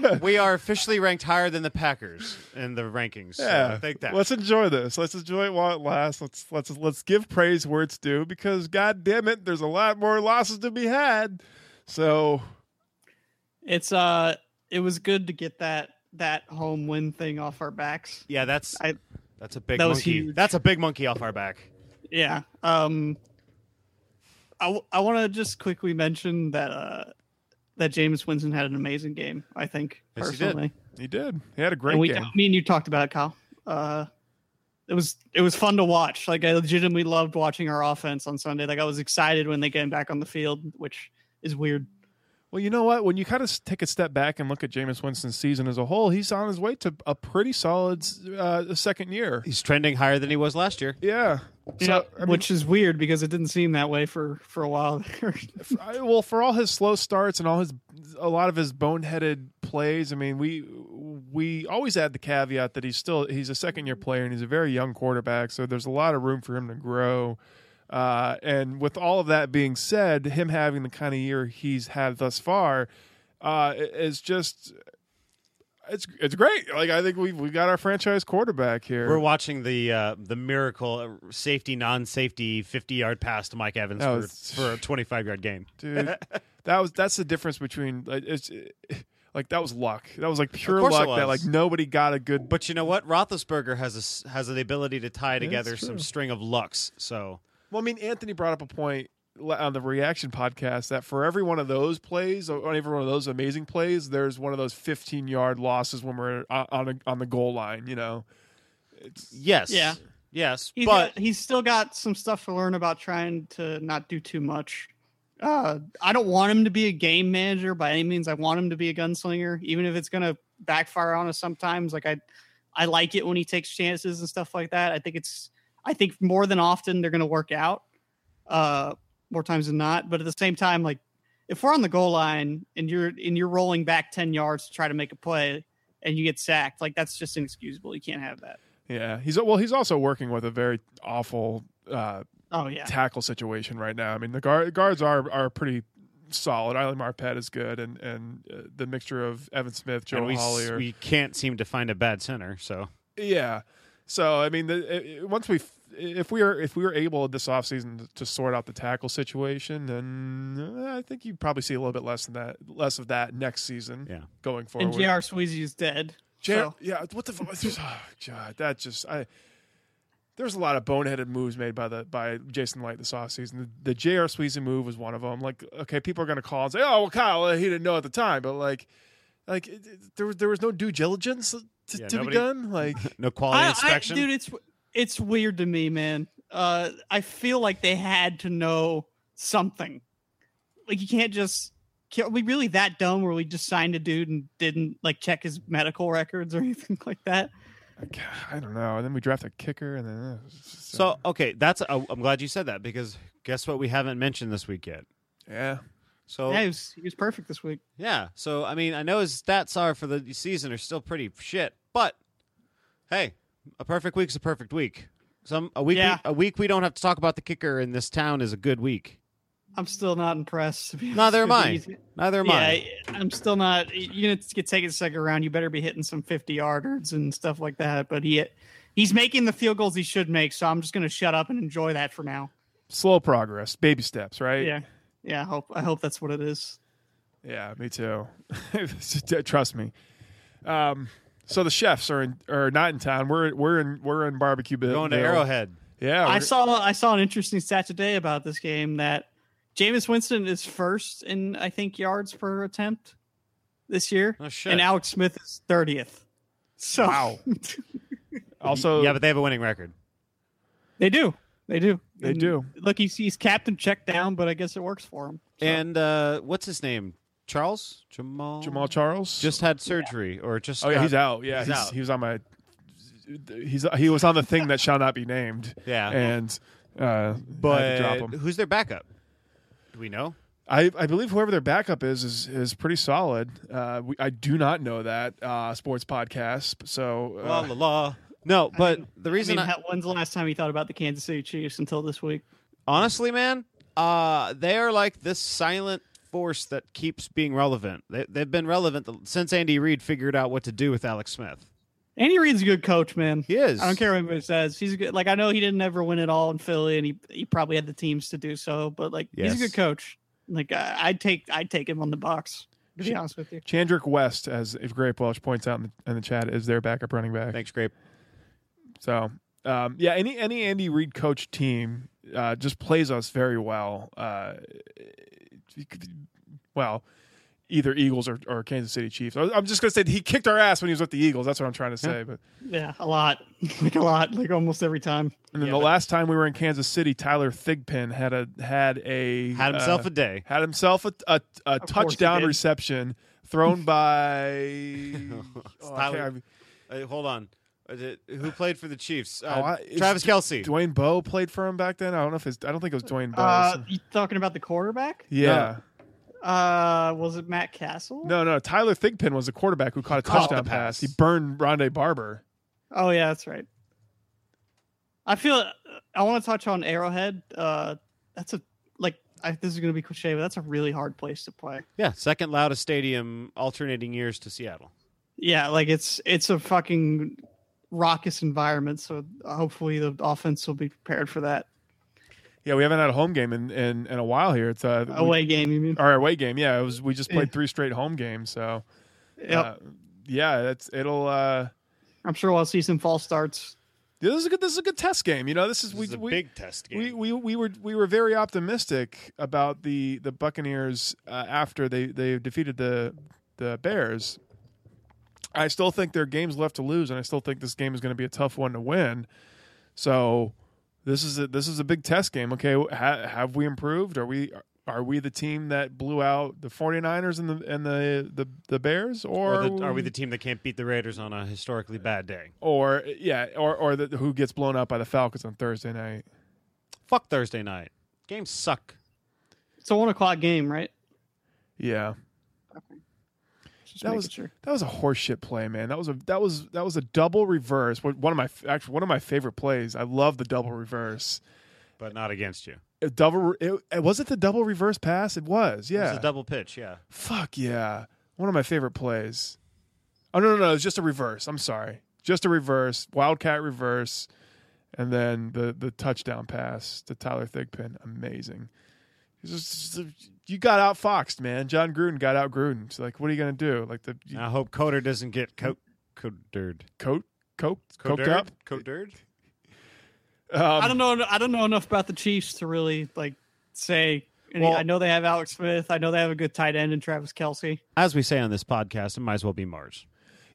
much.
We are officially ranked higher than the Packers in the rankings. <laughs> so
yeah,
take that.
Let's enjoy this. Let's enjoy it while it lasts. Let's let's let's give praise where it's due because god damn it, there's a lot more losses to be had. So
It's uh, it was good to get that that home win thing off our backs.
yeah, that's
I-
that's a big
That was
monkey.
huge.
That's a big monkey off our back.
Yeah. Um. I, w- I want to just quickly mention that uh, that James Winston had an amazing game. I think
Yes, he did.
personally,
He did. He had a great
and we
game.
me and you talked about it, Kyle. Uh, it was it was fun to watch. Like I legitimately loved watching our offense on Sunday. Like I was excited when they came back on the field, which is weird.
Well, you know what? When you kind of take a step back and look at Jameis Winston's season as a whole, he's on his way to a pretty solid uh, second year.
He's trending higher than he was last year.
Yeah. So, I mean,
which is weird because it didn't seem that way for for a while. <laughs> there.
f- I- well, for all his slow starts and all his, a lot of his boneheaded plays. I mean, we we always add the caveat that he's still he's a second year player and he's a very young quarterback, so there's a lot of room for him to grow. Uh, and with all of that being said, him having the kind of year he's had thus far uh, i- is just. It's, it's great. Like I think we we got our franchise quarterback here.
We're watching the uh, the miracle uh, safety non safety fifty yard pass to Mike Evans
That
for,
was-
for a twenty five yard game. <laughs>
dude. that was that's the difference between like, it's like that was luck. That was like pure
course it
luck that like
was.
nobody got a good.
But you know what? Roethlisberger has a, s- has the ability to tie together
it's
some
true.
string of lucks. So
Well, I mean, Anthony brought up a point le- on the reaction podcast that for every one of those plays, or on every one of those amazing plays, there's one of those 15 yard losses when we're on on, a, on the goal line. You know, it's
yes,
Yeah.
yes,
He's
but
got, he's still got some stuff to learn about trying to not do too much. Uh, I don't want him to be a game manager by any means. I want him to be a gunslinger, even if it's going to backfire on us sometimes. Like I, I like it when he takes chances and stuff like that. I think it's, I think more than often they're going to work out, uh, more times than not. But at the same time, like if we're on the goal line and you're and you're rolling back ten yards to try to make a play and you get sacked, like that's just inexcusable. You can't have that.
yeah. He's well. He's also working with a very awful uh,
Oh yeah.
tackle situation right now. I mean, the guard, guards are are pretty solid. Island Marpet is good, and and uh, the mixture of Evan Smith, Joe
and we, s-
Holly, are,
we can't seem to find a bad center. So
Yeah. So I mean, the, i- i- once we f- if we are if we were able this offseason to, to sort out the tackle situation, then uh, I think you probably see a little bit less than that, less of that next season.
Yeah.
Going forward.
and J.R. Sweezy is dead.
Jar-
so.
yeah. What the fuck? <sighs> oh, God, that just I. There's a lot of boneheaded moves made by the by Jason Light this offseason. The, the J.R. Sweezy move was one of them. Like, okay, people are going to call and say, "Oh, well, Kyle, uh, he didn't know at the time," but like, like it, it- there was there was no due diligence to,
Yeah,
to be
nobody-
done. Like,
no quality
I- I-
inspection.
dude, it's it's weird to me, man. Uh, I feel like they had to know something. Like you can't just. can- Are we really that dumb where we just signed a dude and didn't like check his medical records or <laughs> anything like that?
God, <laughs> I don't know. And then we draft a kicker, and then uh,
so okay, that's uh, I'm glad you said that because guess what? We haven't mentioned this week yet.
yeah,
So
Yeah, he was he was perfect this week.
Yeah. So I mean, I know his stats are for the season are still pretty shit, but hey, a perfect week's a perfect week. Some a week
Yeah.
we, a week we don't have to talk about the kicker in this town is a good week.
I'm still not impressed. to be honest
Neither
with
am I.
you. He's-
Neither am
yeah,
I.
I'm still not. You know, get taken second round. You better be hitting some 50 yarders and stuff like that. But he he's making the field goals he should make. So I'm just gonna shut up and enjoy that for now.
slow progress, baby steps, right?
Yeah, yeah. I hope I hope that's what it is.
yeah, me too. <laughs> Trust me. Um, so the chefs are in, are not in town. We're we're in we're in barbecue. Bill,
We're going to Arrowhead.
Yeah, Oh,
I
we're-
saw I saw an interesting stat today about this game that Jameis Winston is first in I think yards per attempt this year,
Oh shit.
and Alex Smith is thirtieth. So
Wow. also
yeah, but they have a winning record.
<laughs> they do, they do,
They
And
do.
Look, he's he's captain check down, but I guess it works for him. So-
And uh, what's his name? Charles Jamal.
<laughs> Jamal Charles
just had surgery or just
Oh yeah,
got-
he's out. Yeah,
He's
he's-
out.
he was on my. He's he was on the thing that shall not be named,
<laughs> Yeah.
and uh, I had to drop
but
him.
who's their backup? Do we know?
I, I believe whoever their backup is is is pretty solid. Uh, we, I do not know that uh, sports podcast. So uh,
la la la. No, but the
I
reason
mean,
I,
how- when's the last time you thought about the Kansas City Chiefs until this week?
honestly, man, uh, they are like this silent force that keeps being relevant. They, they've been relevant th- since Andy Reid figured out what to do with Alex Smith.
Andy Reid's a good coach, man.
He is.
I don't care what anybody says. He's a good. Like I know he didn't ever win it all in Philly, and he he probably had the teams to do so. But like he's a
Yes.
good coach. Like I, I'd take I'd take him on the box. To be
Sh-
honest with you,
Chandrick West, as if Grape Welch points out in the, in the chat, is their backup running back.
Thanks, Grape.
So um, yeah, any any Andy Reid coach team uh, just plays us very well. Uh, well, either Eagles or, or Kansas City Chiefs. I- I'm just gonna say he kicked our ass when he was with the Eagles. That's what I'm trying to say. But
Yeah, a lot, <laughs> like a lot, like almost every time.
and then
Yeah,
the
but-
last time we were in Kansas City, Tyler Thigpen had a had a
Had himself
uh,
a day.
had himself a, a, a
course he
touchdown
did.
reception
<laughs>
thrown by oh, I
Tyler-
can't-
Uh, hold on. Is it- who played for the Chiefs? Uh,
Oh, I- it's
Travis Kelsey.
Dwayne Bowe played for him back then. I don't know if it's I don't think it was Dwayne Bowe.
Uh, you talking about the quarterback?
yeah.
Uh, was it Matt Castle?
No, no. Tyler Thigpen was a quarterback who caught a
caught
touchdown
the
pass.
pass.
He burned Rondé Barber.
Oh yeah, that's right. I feel I want to touch on Arrowhead. Uh, that's a like I, this is going to be cliche, but that's a really hard place to play.
yeah, second loudest stadium, alternating years to Seattle.
Yeah, like it's it's a fucking raucous environment. So hopefully the offense will be prepared for that
Yeah, we haven't had a home game in, in, in a while here. It's uh, we-
away game. You mean?
our away game. Yeah, it was. We just played
Yeah.
three straight home games. So,
Yep.
uh, yeah, that's it'll. Uh,
I'm sure we'll see some false starts.
this is a good. This is a good test game. You know, this is
This
we
is a
we,
big test game.
we we we were we were very optimistic about the the Buccaneers uh, after they they defeated the the Bears. I still think there are games left to lose, and I still think this game is going to be a tough one to win. So this is a this is a big test game. Okay, ha- have we improved? Are we are we the team that blew out the 49ers and the and the the, the Bears, or,
or the, are we the team that can't beat the Raiders on a historically bad day?
or yeah, or or the, who gets blown out by the Falcons on Thursday night?
Fuck Thursday night. Games suck.
It's a one o'clock game, right?
Yeah,
Just
That
making
was-
sure.
That was a horseshit play, man. That was a that was that was a double reverse. One one of my actually one of my favorite plays. I love the double reverse.
But not against you.
It double it, it- was it the double reverse pass? It was. Yeah.
It's a double pitch, yeah.
Fuck yeah. One of my favorite plays. Oh no no no! It was just a reverse. I'm sorry. Just a reverse. Wildcat reverse, and then the the touchdown pass to Tyler Thigpen. Amazing. It's just- just- you got out foxed, man. John Gruden got out Gruden. It's like, what are you gonna do? Like the
And I hope Coder doesn't get co- codered.
coat coat coked
Codered?
up.
Codered?
Um,
I don't know. I don't know enough about the Chiefs to really like say. any-
Well-
I know they have Alex Smith. I know they have a good tight end in Travis Kelsey,
As we say on this podcast, it might as well be Mars.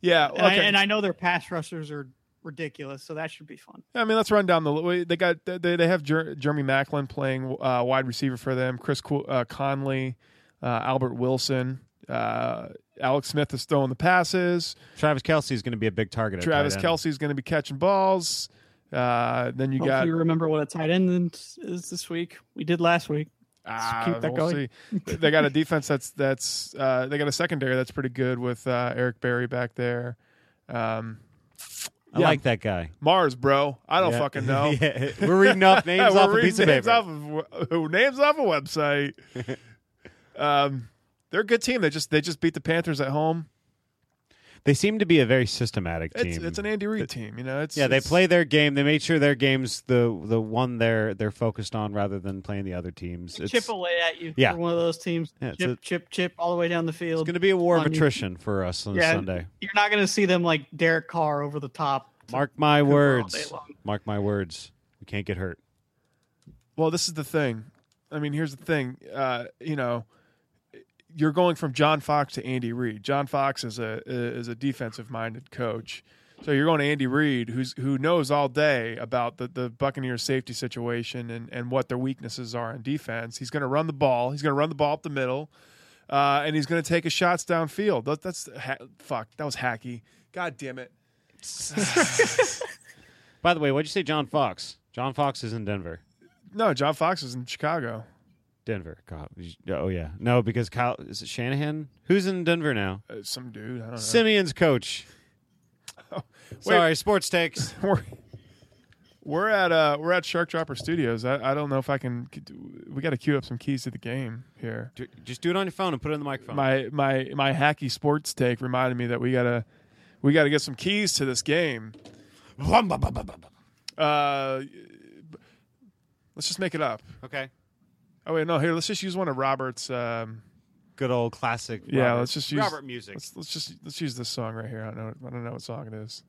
Yeah,
and,
okay.
I, and I know their pass rushers are ridiculous. So that should be fun.
I mean, let's run down the. li- They got they they have Jer- Jeremy Macklin playing uh, wide receiver for them. Chris Co- uh, Conley, uh, Albert Wilson, uh, Alex Smith is throwing the passes.
Travis Kelsey is going to be a big target. at
Travis
tight end.
Kelsey is going to be catching balls. Uh, then you
Hopefully
got
you remember what a tight end is this week. We did last week.
Ah,
keep that
we'll
going. <laughs>
see. they got a defense that's that's uh, they got a secondary that's pretty good with uh, Eric Berry back there. Um,
I
Yeah.
like that guy.
Mars, bro. I don't
Yeah.
fucking know.
<laughs> Yeah. We're reading off
<laughs>
names
We're
off a
reading
piece of
names
paper.
off of w- names off a
<laughs>
website. um, they're a good team. They just they just beat the Panthers at home.
They seem to be a very systematic team.
It's it's an Andy Reid team, you know. It's
yeah, they
it's-
play their game. They made sure their game's the the one they're they're focused on rather than playing the other teams. It's,
chip away at you.
Yeah.
for one of those teams.
Yeah, it's
chip,
a-
chip, chip, all the way down the
it's
field.
going to be a war of
on you.
attrition for us on
Yeah.
Sunday.
You're not going to see them like Derek Carr over the top.
Mark my
all day
words.
long.
Mark my words. We can't get hurt.
Well, this is the thing. I mean, here's the thing. Uh, you know, you're going from John Fox to Andy Reid. John Fox is a is a defensive minded coach. So you're going to Andy Reid, who's who knows all day about the the Buccaneers safety situation and and what their weaknesses are in defense. He's going to run the ball. He's going to run the ball up the middle, uh, and he's going to take his shots downfield. That, that's ha- fuck. That was hacky. God damn it.
By the way, what'd you say, John Fox? John Fox is in Denver.
No, John Fox is in Chicago.
Denver. God. Oh yeah. No, because Kyle is it Shanahan? Who's in Denver now?
Uh, some dude. I don't know. <laughs>
Simeon's coach.
Oh,
Sorry, sports takes.
we're we're at uh we're at Shark Dropper Studios. I, I don't know if I can. We got to queue up some keys to the game here.
Ju- Just do it on your phone and put it in the microphone.
My my my hacky sports take reminded me that we gotta we gotta get some keys to this game. Uh, let's just make it up.
okay.
Oh wait, no. Here, let's just use one of Robert's. Um,
Good old classic.
Yeah,
Robert-
let's just use-
Robert music.
let's let's just let's use this song right here. I don't know. I don't know what song it is.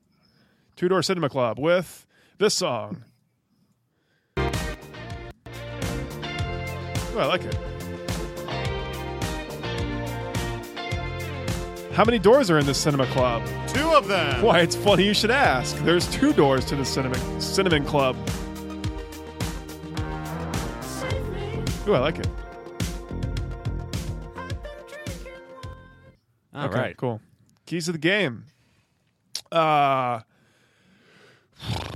Two Door Cinema Club with this song. Oh, I like it. How many doors are in this cinema club?
Two of them.
Why, it's funny you should ask. There's two doors to the cinnamon cinnamon club. Ooh, I like it.
All
okay,
right.
cool. Keys of the game. Uh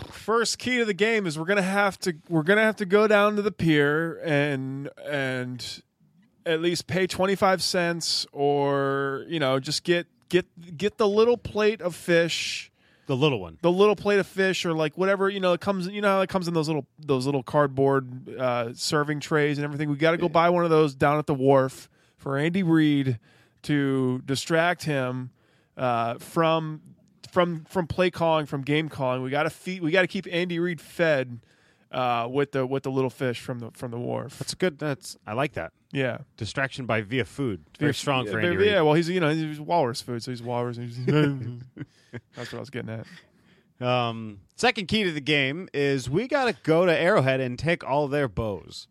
first key to the game is we're gonna have to we're gonna have to go down to the pier and and at least pay twenty five cents or you know just get get get the little plate of fish
The little one.
the little plate of fish or like whatever you know it comes you know how it comes in those little those little cardboard uh, serving trays and everything we got to go buy one of those down at the wharf for andy reid to distract him uh, from from from play calling from game calling we got to feed we got to keep andy reid fed uh, with the with the little fish from the from the wharf
That's good. That's I like that.
yeah
Distraction by via food. Very strong for
yeah,
Andy
yeah well he's you know he's walrus food so he's walrus and he's, <laughs> that's what i was getting at
Reid. Um, second key to the game is we gotta go to Arrowhead and take all their bows,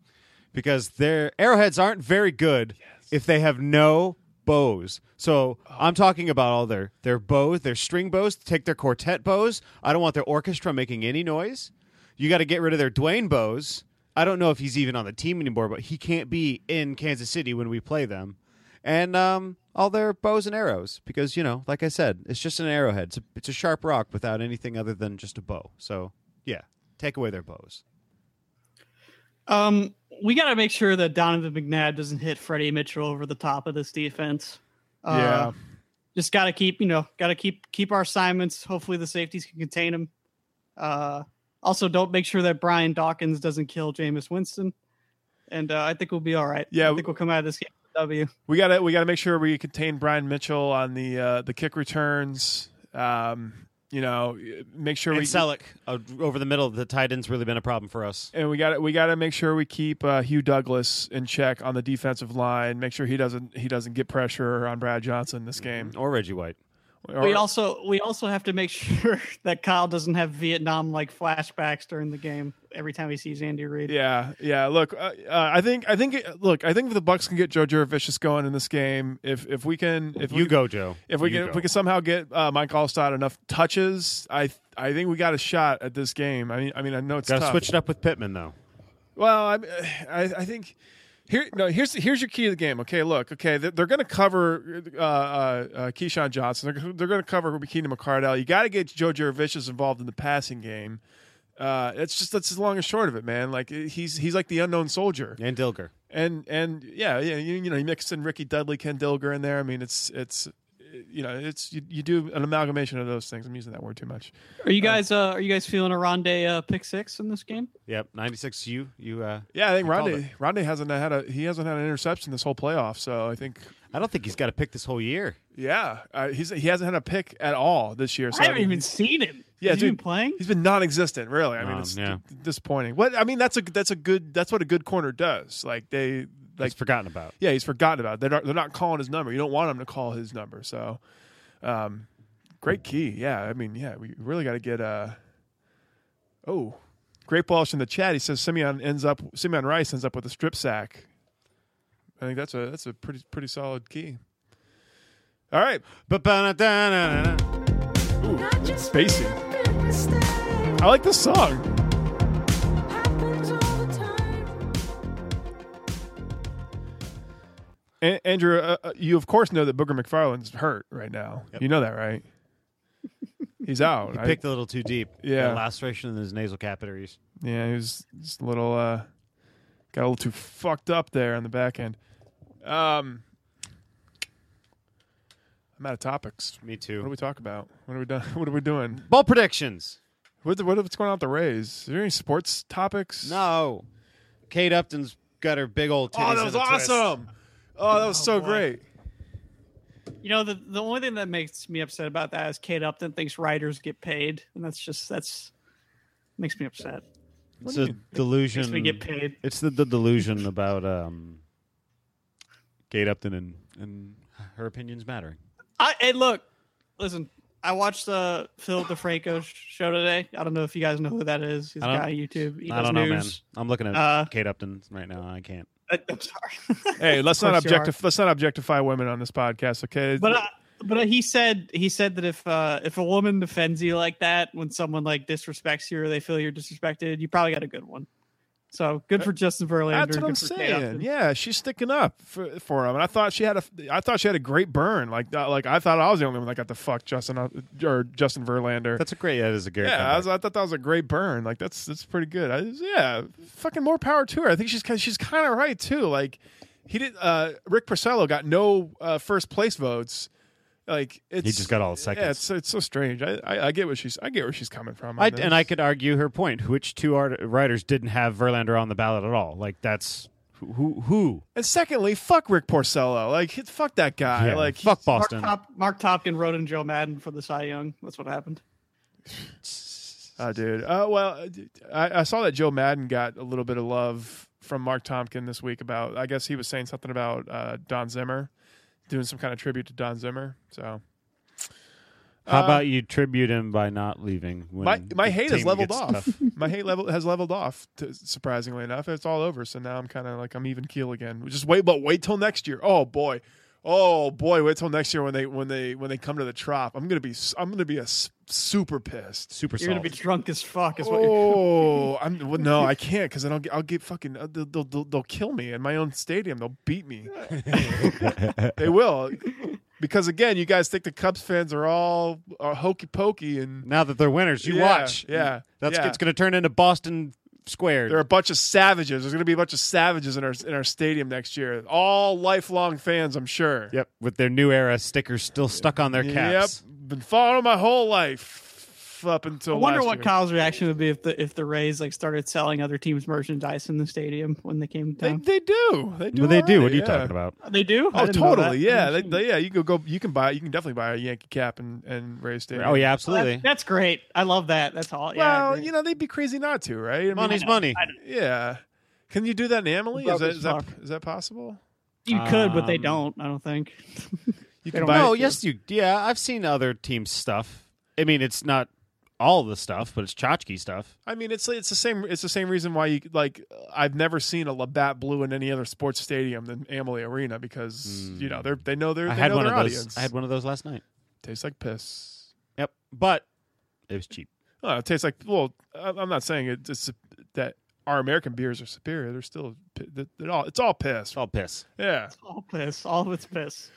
because their arrowheads aren't very good if they have no bows. So I'm talking about all their their bows, their string bows. Take their quartet bows. I don't want their orchestra making any noise. You got to get rid of their Dwayne bows. I don't know if he's even on the team anymore, but he can't be in Kansas City when we play them. and um, all their bows and arrows because you know, like I said, it's just an arrowhead. It's a, it's a sharp rock without anything other than just a bow. So yeah, take away their bows.
Um, we got to make sure that Donovan McNabb doesn't hit Freddie Mitchell over the top of this defense. Uh,
yeah
just got to keep you know got to keep keep our assignments hopefully the safeties can contain him uh also don't make sure that brian dawkins doesn't kill Jameis winston and uh, i think we'll be all right
Yeah,
i think we'll come out of this game with a w
We gotta we gotta make sure we contain Brian Mitchell on the uh, the kick returns. Um, you know, make sure we
And Selleck uh, over the middle. The tight end's really been a problem for us.
and we gotta we gotta make sure we keep uh, Hugh Douglas in check on the defensive line. Make sure he doesn't he doesn't get pressure on Brad Johnson this game.
Or Reggie White. Mm-hmm.
Or-
we also we also have to make <laughs> sure that kyle doesn't have vietnam like flashbacks during the game every time he sees andy reid
yeah, yeah. Look, uh, uh, I think I think look, I think if the Bucks can get Joe Jurevicius going in this game, if if we can if
you
we,
go, Joe.
If we
You
can,
go.
if we can somehow get uh, Mike Allstott enough touches, I th- I think we got a shot at this game. I mean, I mean, I know it's
gotta
tough.
switch it up with Pittman though.
Well, I, I, I think here no here's here's your key to the game. Okay, look, okay, they're, they're going to cover uh, uh, uh, Keyshawn Johnson. They're, they're going to cover Keenan McCardell. You got to get Joe Jurevicius involved in the passing game. Uh, it's just that's as long and short of it, man. Like he's he's like the unknown soldier,
And Dilger.
and and yeah, yeah, you, you know, you mix in Ricky Dudley, Ken Dilger in there. I mean, it's it's you know, it's you, you do an amalgamation of those things. I'm using that word too much.
are you guys uh are you guys feeling a ronde uh pick six in this game
Yep, ninety six. You you. Uh,
Yeah, I think
I called
Rondé Rondé hasn't had a he hasn't had an interception this whole playoff, so I think
I don't think he's got to pick this whole year.
Yeah, uh, he's he hasn't had a pick at all this year. So
i haven't
mean,
even seen him
Yeah,
Has he
dude.
been playing
He's been non-existent, really. I mean,
Um,
it's
yeah.
d- disappointing. What I mean, that's a that's a good that's what a good corner does. Like they
Like
like
forgotten about.
yeah, he's forgotten about. it. They're not, they're not calling his number. You don't want him to call his number. So, um, great key. Yeah, I mean, yeah, we really got to get. Uh, oh, great Balsh in the chat. He says Simeon ends up Simeon Rice ends up with a strip sack. I think that's a that's a pretty pretty solid key. All right.
Ba-ba-na-da-na-na-na.
Ooh, it's spacey.
Spacey.
I like this song. A- Andrew, uh, uh, you of course know that Booger McFarland's hurt right now. You know that, right? He's out. I-
Picked a little too deep.
Yeah.
Got a laceration in his nasal capillaries.
yeah, he was just a little uh, got a little too fucked up there on the back end. Um, I'm out of topics.
Me
What do
too.
we talk about? What are we done? <laughs> What are we doing?
Ball predictions.
What the, what, what's going on with the Rays? Is there any sports topics?
No. Kate Upton's got her big old titties.
Oh, that
in
was
a twist.
awesome. Oh, that was so
boy.
great.
You know, the the only thing that makes me upset about that is Kate Upton thinks writers get paid, and that's just that's makes me upset.
It's a delusion.
Makes me get paid.
It's the, the delusion about um, Kate Upton and, and her opinions mattering.
I hey, look, listen. I watched the Phil DeFranco sh- show today. I don't know if you guys know who that is. He's a
I don't-
guy on YouTube. He
I
does
don't know, man.
news.
Uh-huh.
I'm looking at
Uh,
Kate Upton right now. I can't.
I, I'm sorry. <laughs>
Hey, let's not
course you are.
objectif- let's not objectify women on this podcast, okay?
but uh, but uh, he said he said that if uh, if a woman defends you like that when someone like disrespects you or they feel you're disrespected, you probably got a good one. So
Uh,
good for Justin Verlander.
That's what
good
I'm
for Kate
saying.
Upton.
Yeah, she's sticking up for, for him, and I thought she had a, I thought she had a great burn. Like, uh, like I thought I was the only one that got the fuck Justin uh, or Justin Verlander.
That's a great. That is a great.
yeah, I,
comeback.
was, I thought that was a great burn. Like, that's that's pretty good. I, was- yeah, fucking more power to her. I think she's kind she's kind of right too. Like, he did. Uh, Rick Porcello got no uh, first place votes. Like, it's,
he just got all
Yeah,
seconds.
it's, it's so strange. I, I, I get what she's I get where she's coming from. on
I,
this.
and I could argue her point. Which two art- writers didn't have Verlander on the ballot at all? Like that's who who. who?
And secondly, fuck Rick Porcello. Like, he- fuck that guy.
Yeah,
like,
fuck
Mark,
Boston.
Top, Mark Topkin wrote in Joe Madden for the Cy Young. That's what happened.
Oh, dude. Oh, well, I, I saw that Joe Madden got a little bit of love from Mark Tompkin this week about, I guess he was saying something about uh, Don Zimmer, doing some kind of tribute to Don Zimmer. So,
How
Uh,
about you tribute him by not leaving? When
my, my
the
hate has
team
leveled
gets
off.
tough?
<laughs> my hate level has leveled off, to, surprisingly enough. It's all over. So now I'm kind of like, I'm even keel again. Just wait, but wait till next year. Oh, boy. Oh boy, wait till next year when they when they when they come to the trop. I'm gonna be s- I'm gonna be a s- super pissed.
Super
You're gonna be
solid.
drunk as fuck.
<laughs>
Is what you're
Oh, I'm well, no, I can't because then I'll get, I'll get fucking uh, they'll, they'll they'll they'll kill me in my own stadium. They'll beat me.
<laughs>
they will, because again, you guys think the Cubs fans are all are hokey pokey and
now that they're winners, you
Yeah,
watch.
yeah,
that's
yeah.
it's going to turn into Boston Square.
they're a bunch of savages. There's gonna be a bunch of savages in our in our stadium next year. All lifelong fans, I'm sure.
<laughs> yep, with their new era stickers still stuck on their caps.
Yep, been following them my whole life up until
<laughs> I wonder
Oh, last
what
year.
Kyle's reaction would be if the if the Rays like started selling other teams' merchandise in the stadium when they came
they,
down.
they do. They do.
Well, they do. What are
already,
you
yeah.
talking about?
They do. I
Oh,
didn't know that.
totally. Yeah, they,
Well,
they- yeah. You can go. You can buy. You can definitely buy a Yankee cap and and Rays Stadium.
Oh yeah,
that-
absolutely.
that's great. I love that. That's all. yeah, I
Well,
agree.
you know they'd be crazy not to, right? I mean,
Money's money.
Yeah. Can you do that in Amalie? Is
Broke
that
as
is that,
fuck.
is that possible?
you could, but they
um,
don't. I don't think. <laughs>
You
They
can
don't
buy.
No, yes, you. Yeah, I've seen other teams' stuff. I mean, it's not all the stuff, but it's tchotchke stuff.
I mean, it's it's the same. It's the same reason why you like. I've never seen a Labatt Blue in any other sports stadium than Amalie Arena because you know they're they know they're
Hmm. I
they
had
know
one of
their
those.
audience.
I had one of those last night.
Tastes like piss.
Yep, but it was cheap.
Oh, it tastes like. Well, I- I'm not saying it, it's that our American beers are superior. They're still. They're all. It's all piss.
It's all piss.
Yeah.
All piss. All of it's piss.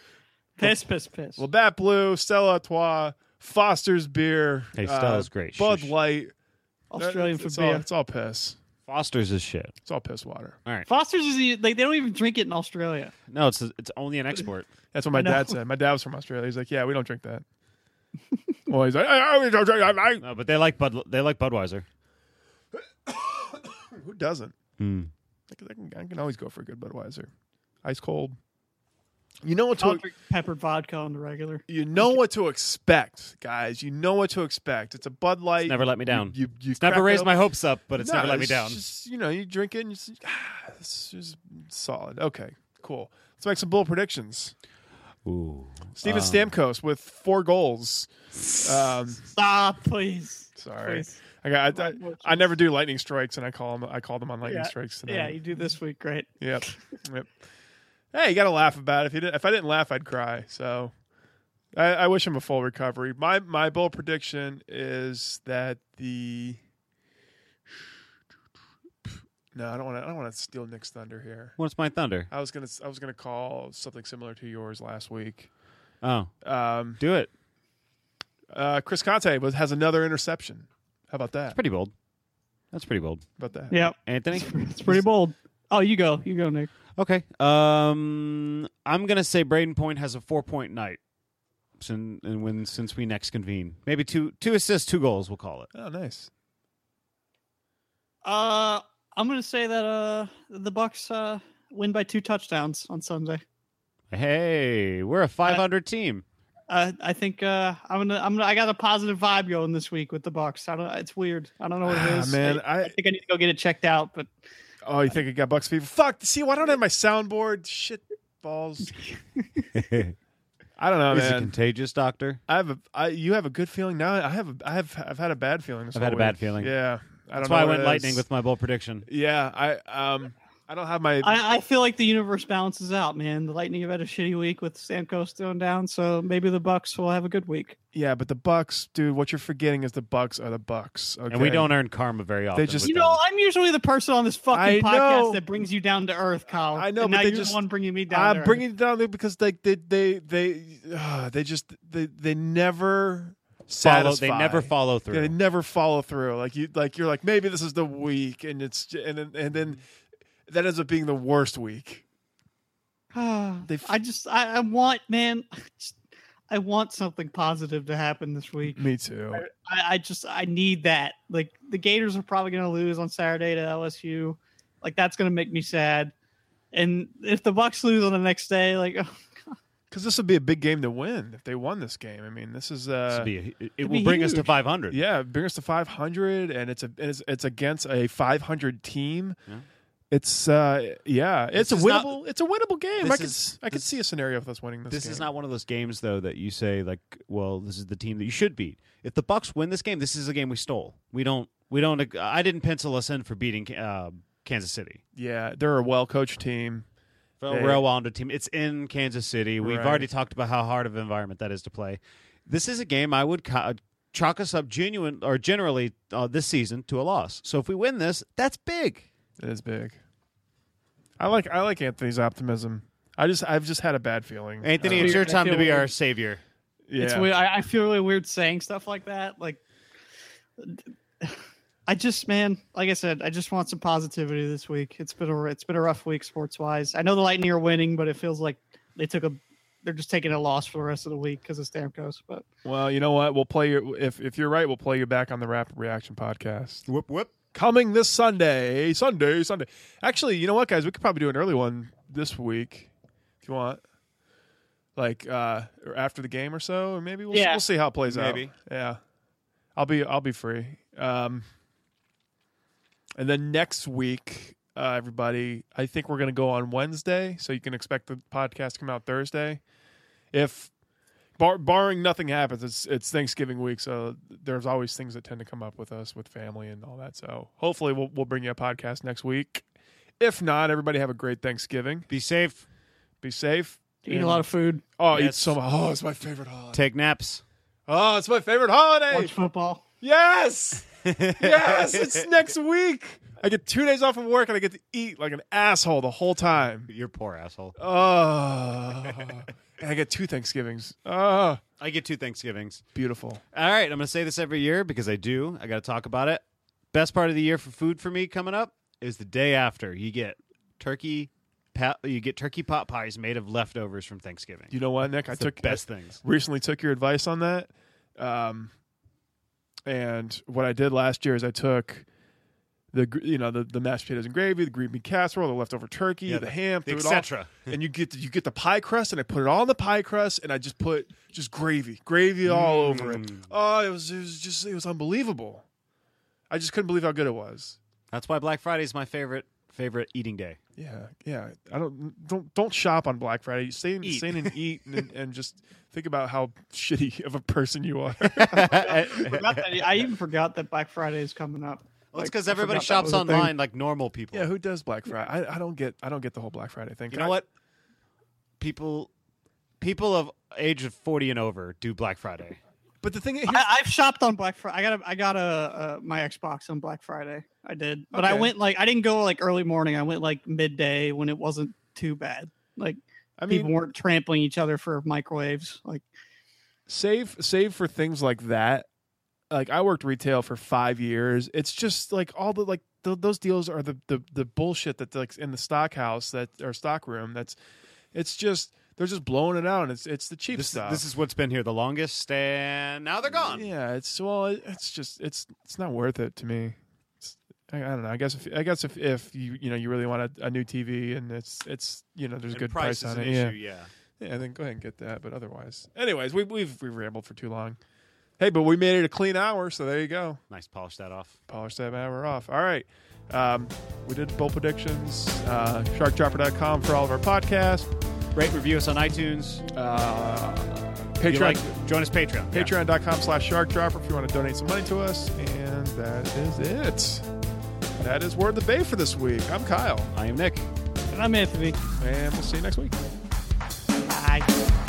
Piss, piss, piss.
Well, Bat Blue, Stella Artois, Foster's beer. uh,
Hey, Stella's great.
Bud
Shush.
Light.
Australian
it's,
for
it's all,
beer.
it's all piss.
Foster's is shit.
It's all piss water.
Foster's is e- like they don't even drink it in Australia.
No, it's it's only an export.
That's what my
I know.
dad said. My dad was from Australia. He's like, yeah, we don't drink <laughs> that. well, he's like, I, I, we don't drink that. I-
No, but they like Bud. They like Budweiser.
who doesn't?
Hmm.
I can- I can, I can always go for a good Budweiser, ice cold. You know what to
I'll drink peppered vodka on the regular.
you know what to expect, guys. You know what to expect. It's a Bud Light.
Never let me down.
You, you
It's never
crack it
raised
open.
my hopes up, but it's
No,
never let me
it's
down.
just, you know, you drink it and you just, ah, it's just solid. Okay, cool. Let's make some bull predictions.
Ooh. Uh,
Steven
Um.
Stamkos with four
<laughs>
goals. Um,
Stop, Ah, please.
sorry,
Please.
I got. I, I never do lightning strikes, and I call them. I call them on lightning
Yeah.
strikes tonight.
Yeah, you do this week. Great. <laughs>
Yep. Yep. Hey, you got to laugh about it. If you did, if I didn't laugh, I'd cry. So, I, I wish him a full recovery. My my bold prediction is that the. No, I don't want to. I don't want to steal Nick's thunder here.
What's my thunder?
I was gonna. I was gonna call something similar to yours last week.
Oh,
Um,
do it.
uh, Chris Conte was, has another interception. How about that?
That's pretty bold. That's pretty bold.
How about that?
Yep.
Anthony.
It's pretty bold. Oh, you go. You go, Nick.
Okay. Um, I'm gonna say Braden Point has a four point night. Sin- and when since we next convene, maybe two two assists, two goals. We'll call it.
Oh, nice.
Uh, I'm gonna say that uh the Bucks uh win by two touchdowns on Sunday.
Hey, we're a 500 team.
Uh, I think uh I'm gonna I'm gonna I got a positive vibe going this week with the Bucks. I don't. It's weird. I don't know what it
Ah,
is.
man,
I,
I-
I think I need to go get it checked out. But
Oh, you think it got Bucks fever? Fuck. See, why don't I have my soundboard? Shit balls.
<laughs> Is
I don't know,
it
Oh, man.
contagious, Doctor?
I have a. I, you have a good feeling now. I have. A, I have. I've had a bad feeling. This
I've
whole
had a bad
week.
feeling.
Yeah. I don't
That's
know
why I
what
went
it
lightning
is.
with my bold prediction.
Yeah. I um. I don't have my.
I, I feel like the universe balances out, man. The Lightning have had a shitty week with Stamkos going down, so maybe the Bucks will have a good week.
yeah, but the Bucks, dude. What you're forgetting is the Bucks are the Bucks. Okay?
And we don't earn karma very often.
just-
with
You
them.
know, I'm usually the person on this
I
fucking podcast
know.
that brings you down to earth, Kyle.
I know, but
and now
they
you're
just-
the one bringing me down. to
I'm
earth. <sighs>
bringing <sighs> it down there because like they they they uh, they just they they never
follow,
satisfy.
they never follow
Yeah,
through.
they never follow through. Like you like you're like maybe this is the week, and it's j- and then and then that ends up being the worst week. They f-
I just, I, I want, man, <sighs> I just- I want something positive to happen this week.
Me too.
I, I just, I need that. Like the Gators are probably going to lose on Saturday to LSU. Like that's going to make me sad. And if the Bucks lose on the next day, like <laughs> oh,
Because this would be a big game to win if they won this game. I mean, this is
This
uh,
would be a- it
it'd
will
be
bring us to
huge.
500.
yeah, bring us to 500, and it's a and it's, it's against a 500 team.
Yeah.
It's uh, yeah, it's
This
a
is not-
winnable. it's a winnable game. I
This
could
is-
s- I could
this-
see a scenario of us winning this.
This is
game.
not one of those games though that you say like, well, this is the team that you should beat. If the Bucks win this game, this is a game we stole. We don't. We don't. I didn't pencil us in for beating uh, Kansas City.
Yeah, they're a well coached team. They-
We're a well-rounded team. It's in Kansas City. We've
Right.
already talked about how hard of an environment that is to play. This is a game I would ca- chalk us up genuine or generally uh, this season to a loss. So if we win this, that's big.
It is big. I like I like Anthony's optimism. I just I've just had a bad feeling.
Anthony,
Uh,
it's your
I
time to
feel
be
weird.
our savior.
yeah.
It's weird. I, I feel really weird saying stuff like that. Like, I just, man, like I said, I just want some positivity this week. It's been a it's been a rough week sports wise. I know the Lightning are winning, but it feels like they took a they're just taking a loss for the rest of the week because of Stamkos. But
Well, you know what? We'll play you if if you're right. We'll play you back on the Rapid Reaction podcast
Whoop whoop.
coming this Sunday, Sunday, Sunday. Actually, you know what, guys? We could probably do an early one this week if you want, like uh or after the game or so, or maybe we'll
Yeah.
we'll see how it plays out.
Maybe.
Yeah, I'll be I'll be free. Um, and then next week. Uh, everybody, I think we're going to go on Wednesday, so you can expect the podcast to come out Thursday. If bar- barring nothing happens, it's it's Thanksgiving week, so there's always things that tend to come up with us with family and all that. So hopefully we'll we'll bring you a podcast next week. If not, everybody have a great Thanksgiving.
Be safe.
Be safe.
eat a lot of food,
Oh, eat
Yes.
some. Oh, it's my favorite holiday.
Take naps.
Oh, it's my favorite holiday.
watch football.
Yes, yes,
<laughs>
it's next week. I get two days off from work and I get to eat like an asshole the whole time.
You're poor asshole.
Oh, and I get two Thanksgivings. Oh,
I get two Thanksgivings.
beautiful.
All right, I'm going to say this every year because I do. I got to talk about it. Best part of the year for food for me coming up is the day after. You get turkey, pa- you get turkey pot pies made of leftovers from Thanksgiving.
You know what, Nick? I
It's
took
the best things.
recently took your advice on that. Um, and what I did last year is I took the gr- you know the, the mashed potatoes and gravy, the green bean casserole, the leftover turkey,
Yeah,
the
the-
ham, threw it all-
Etc.
and you get the, you get the pie crust, and I put it all in the pie crust, and I just put just gravy, gravy all over it.
Mm.
Oh, it was it was just it was unbelievable. I just couldn't believe how good it was.
That's why Black Friday is my favorite favorite
<laughs>
eating day.
Yeah, yeah. I don't don't don't shop on Black Friday. Stay in,
Eat.
stay in <laughs> and eat, and, and just think about how shitty <laughs> of a person you are.
Forgot that- I even forgot that Black Friday is coming up.
Well, it's
Like,
because
I
everybody
forgot that
shops
was a thing.
online like normal people.
Yeah, who does Black Friday? I, I don't get I don't get the whole Black Friday thing.
you know what? People, people of age of 40 and over do Black Friday.
But the thing is,
I, I've shopped on Black Friday. I got a, I got a, uh my Xbox on Black Friday. I did, but I
Okay.
went like I didn't go like early morning. I went like midday when it wasn't too bad. Like
I
people
mean,
weren't trampling each other for microwaves. Like
save save for things like that. Like I worked retail for five years. It's just like all the like th those deals are the the the bullshit that's like in the stock house that or stock room. That's it's just they're just blowing it out. And it's it's the cheap
This,
stuff.
this is what's been here the longest, and now they're gone.
Yeah, it's well, it's just it's it's not worth it to me. It's, I, I don't know. I guess if I guess if, if you you know you really want a, a new TV and it's it's you know there's a
And
good
price,
price,
is
on
an
it. yeah.
issue. Yeah.
Yeah, then go ahead and get that. But otherwise, anyways, we, we've we've rambled for too long. Hey, but we made it a clean hour, so there you go.
Nice, polish that off.
Polish that hour off. All right, um, we did bowl predictions. Uh, SharkDropper.com for all of our podcasts.
Rate, review us on iTunes.
Uh,
If you
Patreon.
like, join us Patreon. Yeah.
Patreon.com slash shark dropper if you want to donate some money to us. And that is it. That is Word in the Bay for this week. I'm Kyle,
I am Nick.
And I'm Anthony.
and we'll see you next week.
Bye.